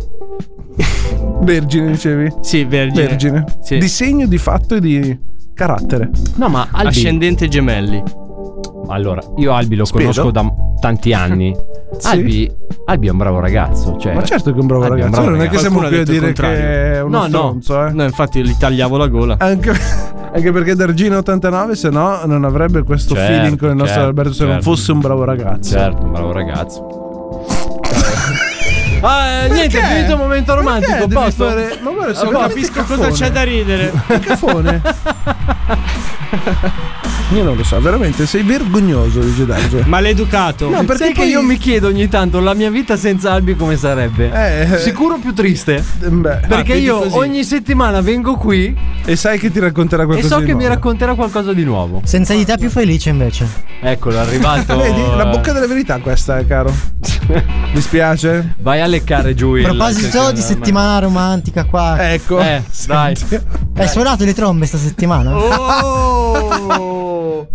Vergine, dicevi? Sì, vergine. Vergine. Sì. Di segno, di fatto e di carattere. No, ma Albi, Ascendente gemelli. allora, io Albi lo Spero. conosco da tanti anni. *laughs* Sì. Albi, Albi è un bravo ragazzo. Cioè, Eh, Ma certo che è un bravo Albi ragazzo. non è che siamo Qualcuno qui ha a detto il dire contrario. che è uno No, no. stronzo, eh. No, infatti gli tagliavo la gola. Anche, *laughs* anche perché Dargino 89, se no, non avrebbe questo Certo, feeling con il nostro certo, Alberto se non certo. fosse un bravo ragazzo. Certo, un bravo ragazzo. Ah, eh, niente, è finito il momento romantico. Eh, devi Posto? Ah, fare- ma guarda, A sono posto? veramente cafone. *laughs* ridere. Cafone. Io non lo so, veramente sei vergognoso di Gedarge. Maleducato. No, perché Sai che poi... io io mi chiedo ogni tanto la mia vita senza Albi come sarebbe? Eh. Sicuro più triste. perché io ogni settimana vengo qui ah, e sai che ti racconterà e qualcosa so di che mi nuovo. racconterà qualcosa di nuovo. Senza di te più felice invece. Eccolo, è *laughs* arrivato. Vedi, la eh, bocca della verità questa, eh, *laughs* caro. Mi spiace? Vai a leccare giù il A proposito di settimana romantica qua. Ecco. Eh, *laughs* dai. Hai suonato le trombe sta settimana? Oh!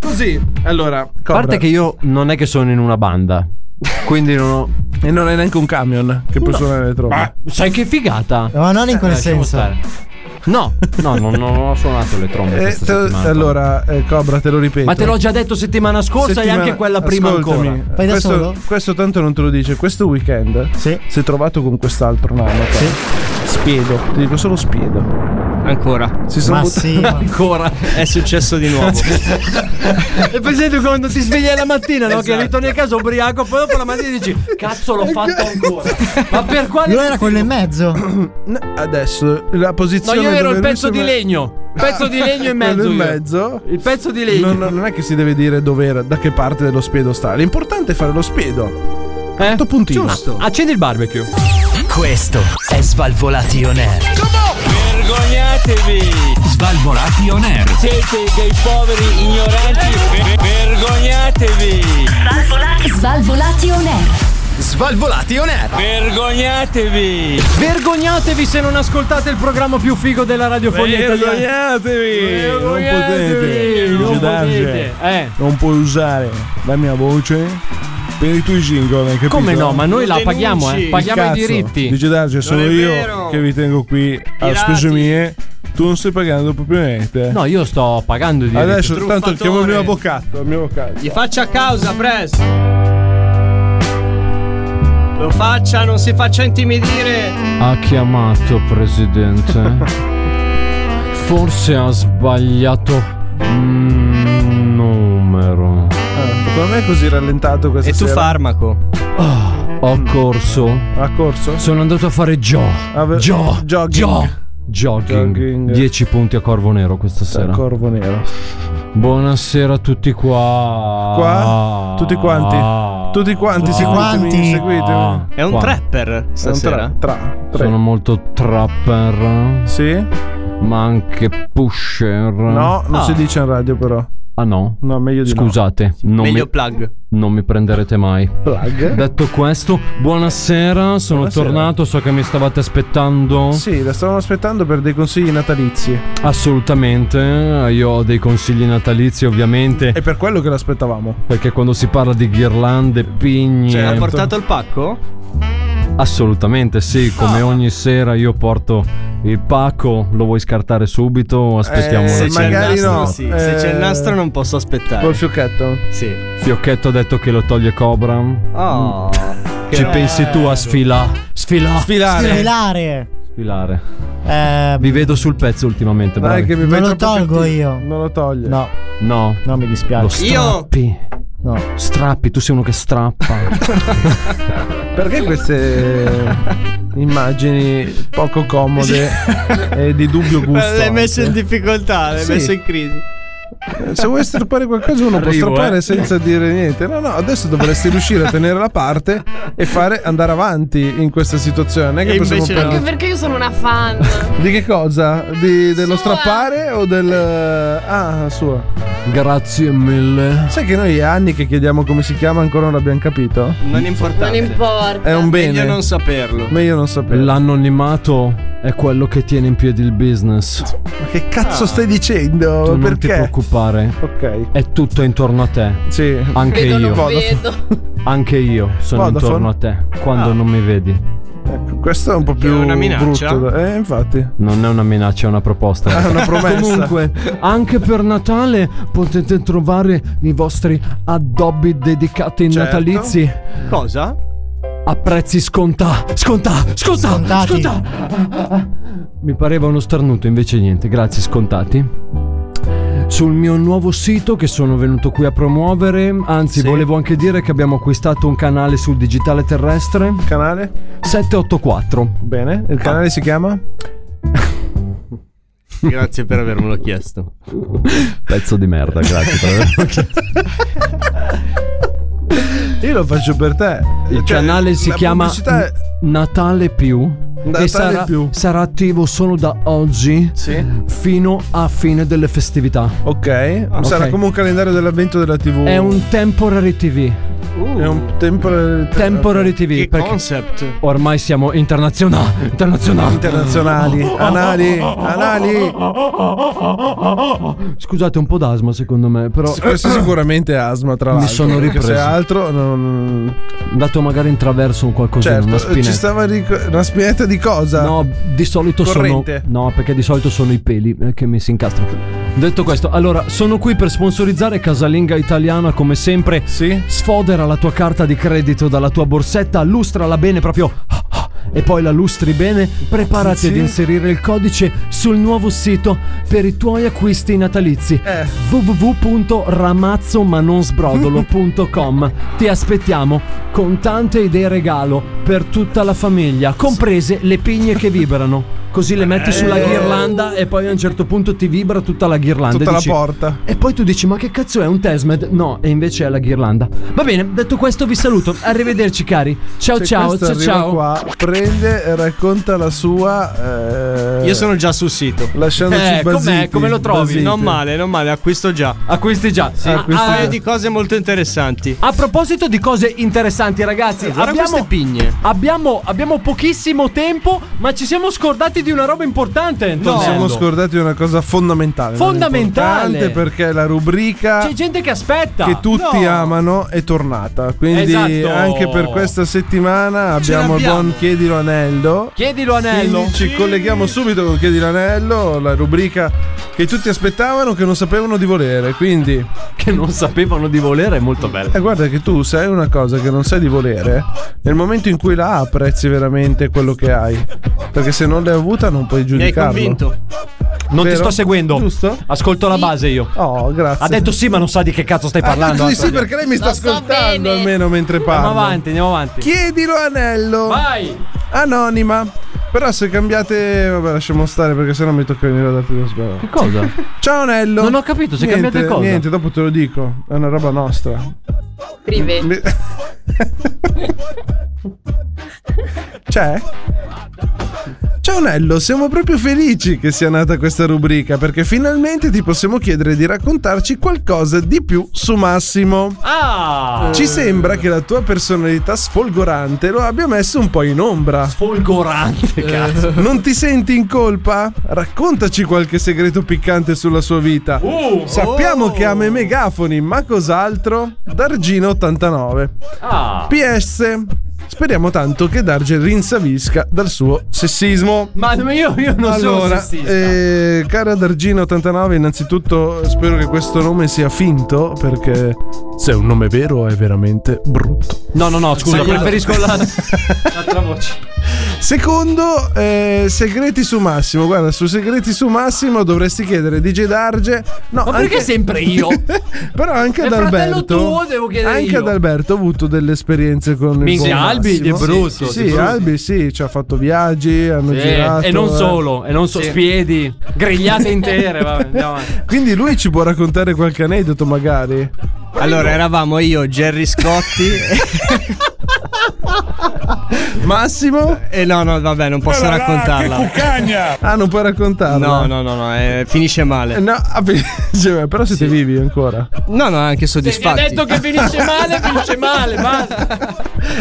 Così, allora, A Cobra. parte che io non è che sono in una banda. Quindi non ho. E non è neanche un camion che può suonare le trombe. Ma sai che figata? Ma non in quel Eh, lasciamo senso. stare. No, no, non, non ho suonato le trombe. Eh, questa te- settimana. allora, eh, Cobra, te lo ripeto. Ma te l'ho già detto settimana scorsa e Settimana- anche quella prima ascoltami, ancora. Fai da questo, solo? questo tanto non te lo dice. Questo weekend si è trovato con quest'altro nano. qua. Spiedo, ti dico solo spiedo. Ancora. Si sono Ma buttati- sì, ma- *laughs* Ancora. È successo di nuovo. E Eh, per esempio quando ti svegli la mattina, no? Che Esatto. ritorni a casa ubriaco, poi dopo la mattina dici: Cazzo, l'ho *laughs* fatto ancora. Ma per quale. Lui era quello in mezzo. Adesso la No, posizione. io ero dove il lui pezzo si di me- legno. Pezzo di legno *laughs* in Quello in mezzo. io. mezzo. Il pezzo di legno. Non, non è che si deve dire dove era, da che parte dello spiedo sta. L'importante è fare lo spiedo. Eh? Tutto puntino. Giusto. Accendi il barbecue. Questo è Svalvolati On Air. Vergognatevi! Svalvolati On Air. Siete dei poveri ignoranti! vergognatevi! Svalvolati, Svalvolati on air. Svalvolati on air. Vergognatevi! Vergognatevi se non ascoltate il programma più figo della radiofonia italiana. Vergognatevi! Non potete Vergognatevi, non giudarci. potete, eh. Non puoi usare la mia voce per i tuoi jingle, hai capito? Come no? Ma noi la paghiamo, eh. Paghiamo i Cazzo, diritti. Dice Darge, sono è io vero. che vi tengo qui a Pirati. spese mie. Tu non stai pagando proprio niente. No, io sto pagando i diritti. Adesso tanto chiamo il mio Truffatore. avvocato. Il mio avvocato. Gli faccia causa, pres. Lo faccia, non si faccia intimidire. Ha chiamato *laughs* presidente. Forse ha sbagliato numero. Ah, Secondo me è così rallentato questa E tu farmaco? Mm. Ho corso. Ha corso? Sono andato a fare Gio. Gio. jogging. Gio. Jogging. 10 punti a Corvo Nero questa sera. Corvo Nero. Buonasera a tutti qua. Qua? Tutti quanti? Tutti quanti, seguitemi, seguitemi. È un Ah, Qua. trapper È stasera? un tra, tra, Sono molto trapper. Sì. Ma anche pusher. No, non si dice in radio però. Ah no? No, meglio di no. Scusate, non meglio mi, Non mi prenderete mai. Plug. Detto questo, buonasera, sono Buonasera. tornato, so che mi stavate aspettando. Sì, la stavamo aspettando per dei consigli natalizi. Assolutamente, eh, io ho dei consigli natalizi ovviamente. È per quello che l'aspettavamo. Perché quando si parla di ghirlande, pigne... Cioè, Ha portato il pacco? Assolutamente sì, come ogni sera io porto il pacco, lo vuoi scartare subito o aspettiamo Eh, la se c'è il cena? nastro, sì. Se c'è il nastro non posso Eh. aspettare. Col fiocchetto? Sì. Fiocchetto ha detto che lo toglie Cobra. Oh. che Ci pensi tu a sfila? Sfila. Sfilare. Sfilare. Ehm, Vi vedo sul pezzo ultimamente, bravi. Dai, che mi Non vai lo troppo tolgo cattivo. io. Non lo toglie. No, No. no, mi Lo dispiace. strappi. No. Strappi, tu sei uno che strappa. *laughs* Perché queste immagini poco comode e di dubbio gusto? L'hai messo in anche? difficoltà, l'hai Sì. messo in crisi. Se vuoi strappare qualcosa uno Arrivo, può strappare eh. senza dire niente. No, no, adesso dovresti riuscire a tenere la parte e fare andare avanti in questa situazione. Che E possiamo invece prendere- Anche perché io sono una fan. Di che cosa? Di- dello strappare o del... Ah, sua. Grazie mille. Sai che noi è anni che chiediamo come si chiama ancora non l'abbiamo capito? Non importa. Non importa. È un bene. Meglio non saperlo. Meglio non saperlo. L'anonimato è quello che tiene in piedi il business. Ma che cazzo stai dicendo? Ah. Tu non ti Perché? preoccupare. Ok. È tutto intorno a te. Sì. Anche vedo, io. non vedo. Anche io sono Vodafone? Ah. intorno a te. Quando non mi vedi. Ecco, questo è un po' più una minaccia? brutto. Eh, infatti. Non è una minaccia, è una *laughs* proposta. È una promessa. Comunque, anche per Natale potete trovare i vostri addobbi dedicati in Certo. natalizi Cosa? a prezzi sconta, sconta, sconta, Scontati. sconta. Mi pareva uno starnuto, invece niente, grazie scontati. Sul mio nuovo sito che sono venuto qui a promuovere, anzi volevo anche dire che abbiamo acquistato un canale sul digitale terrestre Canale? 784. Bene. Ah. Il canale si chiama? Grazie per avermelo chiesto. Pezzo di merda, grazie per averlo chiesto. Io lo faccio per te. Il Cioè, canale si la chiama pubblicità è- N- Natale Più. Natale e sarà, Più. sarà attivo solo da oggi Sì. fino a fine delle festività. Ok. Ah, ok. Sarà come un calendario dell'avvento della TV. È un temporary TV. È un eh, temporary. Temporary TV. Che perché concept. ormai siamo internazionali. Internazionali. Internazionali. Oh, Anali. Anali. Scusate, un po' d'asma secondo me, però Sì, Questo sicuramente è asma, tra Mi l'altro. sono perché ripreso. Se altro, non... dato magari in traverso un qualcosina, certo, una spinetta. ci stava ric- una spinetta di cosa? No, di solito Corrente. sono. No, perché di solito sono i peli eh, che mi si incastrano. Detto questo, allora sono qui per sponsorizzare Casalinga Italiana come sempre. Sì? Sfodera la tua carta di credito dalla tua borsetta, lustrala bene proprio. e poi la lustri bene, preparati Sì. ad inserire il codice sul nuovo sito per i tuoi acquisti natalizi Eh. www.ramazzomanonsbrodolo.com Ti aspettiamo con tante idee regalo per tutta la famiglia, comprese le pigne che vibrano. Così le metti sulla Eh. ghirlanda e poi a un certo punto ti vibra tutta la ghirlanda. e Tutta la dici- porta. E poi tu dici: Ma che cazzo è un Tesmed? No, e invece è la ghirlanda. Va bene, detto questo, vi saluto. Arrivederci, cari. Ciao, Se ciao, questo ciao, arriva ciao. qua, prende e racconta la sua. eh, Io sono già sul sito. Lasciandoci Eh, com'è? basiti, Come lo trovi? basiti. Non male, non male, acquisto già. Acquisti già. Sì. Un Ah, paio ah. di cose molto interessanti. A proposito di cose interessanti, ragazzi, Guarda abbiamo, queste pigne. abbiamo, abbiamo pochissimo tempo, ma ci siamo scordati di una roba importante. Ci Antonello. siamo scordati di una cosa fondamentale. non Fondamentale. importante, perché la rubrica C'è gente che aspetta. che tutti No. amano è tornata. Quindi Esatto. anche per questa settimana Ce abbiamo il l'abbiamo. buon Chiedilo Anello. Chiedilo Anello. Quindi ci colleghiamo subito con Chiedilo Anello, la rubrica che tutti aspettavano, che non sapevano di volere. Quindi. Che non sapevano di volere è molto bello. Eh, guarda che tu sai una cosa che non sai di volere, nel momento in cui la ha, apprezzi veramente quello che hai. Perché se non l'hai avuta non puoi Mi hai giudicarlo. convinto. Non Vero? ti sto seguendo. Giusto? Ascolto la base io. Oh, grazie. Ha detto sì, ma non sa di che cazzo stai parlando. Ah, tu dici sì Antonio. perché lei mi sta Lo so ascoltando bene. almeno mentre parlo. Andiamo avanti, andiamo avanti. Chiedilo anello. Vai. Anonima. Però se cambiate, vabbè, lasciamo stare perché sennò mi tocca venire a darti lo sbaglio. Che cosa? Ciao anello. Non ho capito, se Niente, cambiate cosa. Niente, dopo te lo dico. È una roba nostra. Prive. C'è? Ciao Nello, siamo proprio felici che sia nata questa rubrica perché finalmente ti possiamo chiedere di raccontarci qualcosa di più su Massimo. Ah! Ci sembra che la tua personalità sfolgorante lo abbia messo un po' in ombra. Sfolgorante, cazzo. Non ti senti in colpa? Raccontaci qualche segreto piccante sulla sua vita. Uh. Oh! Sappiamo che ama Oh. i megafoni, ma cos'altro? Dargino89. Ah. PS. Speriamo tanto che Darge rinsavisca dal suo sessismo. Ma io, io non allora, sono sessista. eh, cara Dargino89, innanzitutto spero che questo nome sia finto perché se è un nome vero è veramente brutto. No, no, no, scusa, Sai quello- preferisco la... *laughs* l'altra voce. Secondo, eh, segreti su Massimo. Guarda, su segreti su Massimo dovresti chiedere DJ Darge. No, Ma perché anche- *laughs* sempre io? Però anche È ad fratello Alberto. tuo, devo chiedere anche io. ad Alberto ho avuto delle esperienze con il Minchia, buon Albi Massimo. di brutto, Sì, di brutto. Albi sì, ci ha fatto viaggi, hanno Sì, girato. e non eh. solo, e non so, spiedi, grigliate intere, vabbè, *laughs* andiamo avanti. Quindi lui ci può raccontare qualche aneddoto magari. Allora, eravamo io, Jerry *laughs* Scotti. Massimo? Eh no, no, vabbè, non posso raccontarla. Ah, non puoi raccontarla? No, no, no, no, eh, finisce Eh, male. No, *laughs* ah, beh, però siete vivi ancora. No, no, anche soddisfatti. che finisce male, finisce male, basta.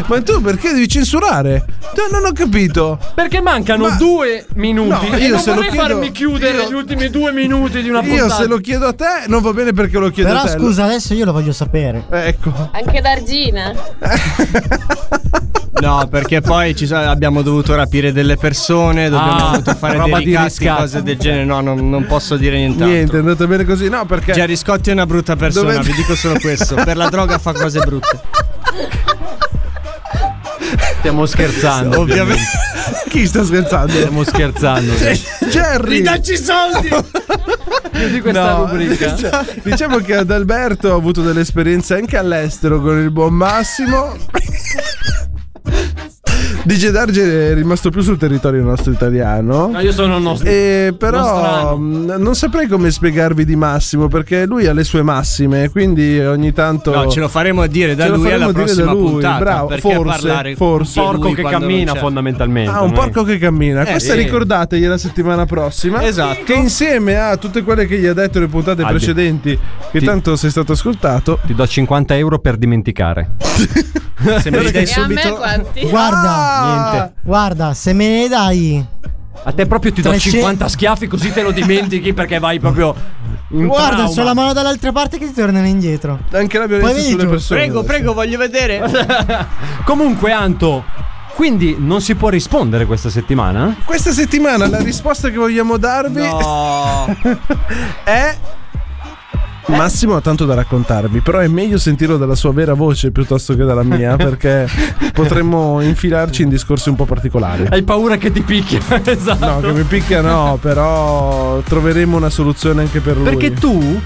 Ma tu perché devi censurare? No, non ho capito. Perché mancano due minuti No, e io non se lo vorrei chiedo- farmi chiudere gli ultimi due minuti di una puntata. Io se lo chiedo a te non va bene perché lo chiedo Però a te. scusa, Ah, adesso io lo voglio sapere. Ecco. Anche d'argina. No, perché poi ci sono- abbiamo dovuto rapire delle persone, dobbiamo Ah, dovuto fare dei roba di ricatti, riscatto. cose del genere. No, non, non posso dire nient'altro. Niente, è andata bene così. No, perché Jerry Scotti è una brutta persona, Dovete- vi dico solo questo. Per la droga fa cose brutte. Stiamo scherzando, ovviamente. Chi sta *laughs* scherzando? Stiamo scherzando. Cioè, Jerry. Ridacci soldi! Chiudi questa rubrica. cioè, diciamo che ad Alberto ho avuto delle esperienze anche all'estero con il buon Massimo. *laughs* DJ Darge è rimasto più sul territorio nostro italiano. No, *laughs* io sono Cioè, nostro. E però nostrano. mh, non saprei come spiegarvi di Massimo perché lui ha le sue massime, quindi ogni tanto No, ce lo faremo a dire da Ce lo lui alla faremo dire da prossima lui, puntata. bravo, perché forse, parlare forse. di lui Porco che quando non cammina c'è. fondamentalmente. Ah, un non è- porco che cammina. Eh, Questa sì. ricordategli la settimana prossima. Esatto. Che insieme a tutte quelle che gli ha detto le puntate Albi. precedenti, che Ti- tanto sei stato ascoltato. Ti do 50 euro per dimenticare. Se *laughs* me li dai E a me subito. Eh. quanti? Ah! Guarda, guarda, se me ne dai. A te proprio ti do 300 50 schiaffi così te lo dimentichi perché vai proprio in Guarda, trauma. c'ho la mano dall'altra parte che ti tornano indietro. Anche la Poi violenza vedi sulle tu. persone. Prego, prego, voglio vedere. Comunque Anto, quindi non si può rispondere questa settimana? Questa *laughs* settimana la risposta che vogliamo darvi No. è. Massimo ha tanto da raccontarvi, però è meglio sentirlo dalla sua vera voce piuttosto che dalla mia, *laughs* perché potremmo infilarci in discorsi un po' particolari. Hai paura che ti *laughs* picchia, esatto. No, che mi picchia no, però troveremo una soluzione anche per lui. Perché tu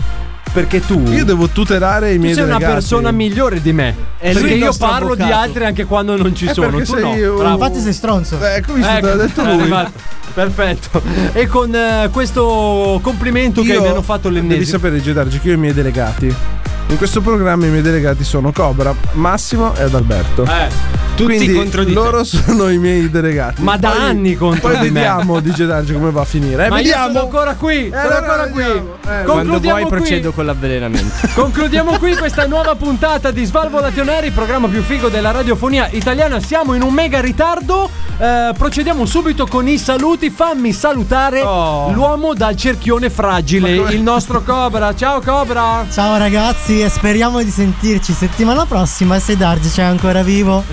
perché tu Io devo tutelare i tu miei sei una delegati. persona migliore di me. Sei perché il io nostro parlo di avvocato. altri anche quando non ci Eh, sono. perché Tu sei no. io- Bravo. Infatti sei stronzo. Ecco, visto, te l'ha detto è *laughs* lui. arrivato. Eh, esatto. Perfetto. E con eh, questo complimento che Io- mi hanno fatto Devi l'ennesimo. sapere, Gedargi, che io ho i miei delegati. In questo programma i miei delegati sono Cobra, Massimo e Adalberto. Eh, tutti Quindi contro di te. loro sono i miei delegati. Ma da Poi- anni contro Poi di me. vediamo di Gedargi come va a finire. Eh, Ma io vediamo. sono ancora qui, sono allora ancora qui. vediamo. Eh, Quando vuoi qui. procedo con l'avvelenamento. *laughs* Concludiamo qui questa nuova puntata di Svalvolationary, il programma più figo della radiofonia italiana. Siamo in un mega ritardo. eh, procediamo subito con i saluti. Fammi salutare Oh. l'uomo dal cerchione fragile, il nostro Cobra. Ciao Cobra! Ciao ragazzi e speriamo di sentirci settimana prossima se Dargi c'è ancora vivo.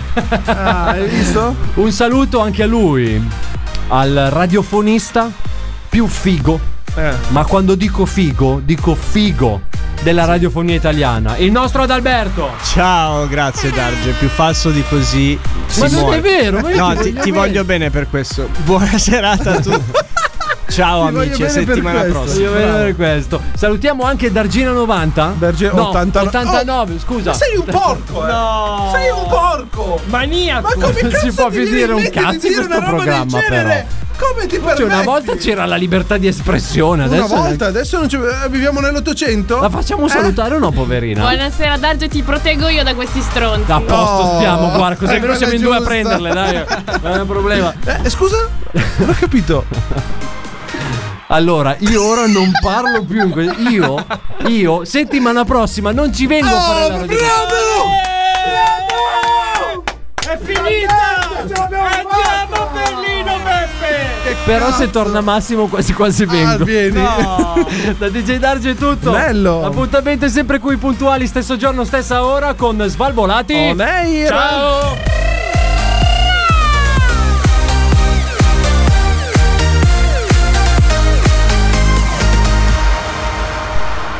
Ah, hai visto? Un saluto anche a lui, al radiofonista più figo. Ma quando dico figo, dico figo della radiofonia italiana. Il nostro Adalberto. Ciao, grazie Darge, più falso di così. si Ma non muore. è vero, ma io no, ti, ti voglio ti bene. voglio bene per questo. Buona serata a tutti. Ciao *laughs* Ti voglio amici, a bene per settimana questo, prossima. voglio bene per questo. Salutiamo anche Dargina 90. Dargina no, 89. 89, scusa. Oh, Ma sei un *laughs* porco, eh. No. Sei un porco. Maniaco. Ma come Non cazzo *laughs* si può ti viene più dire in un mente cazzo di in dire questo una roba del programma però. genere? Come ti permetti? Cioè, una volta c'era la libertà di espressione, Una adesso volta, adesso non ci... eh, viviamo nell'Ottocento. Eh? la facciamo salutare o no, poverina? Buonasera Darge, ti proteggo io da questi stronti. A posto Oh, stiamo, guarda, così è almeno siamo in due quella a prenderle, dai. Non è un problema. Eh, scusa? Non ho capito. Allora, io ora non parlo più in que- Io, io, settimana prossima non ci vengo a fare la Oh, radio. È finita! Andiamo a Berlino, Beppe! Eh, Però se torna Massimo quasi quasi vengo. Ah, vieni. *laughs* da DJ Darge è tutto. Bello. Appuntamento è sempre qui puntuali, stesso giorno, stessa ora con Svalvolati. On air. Ciao.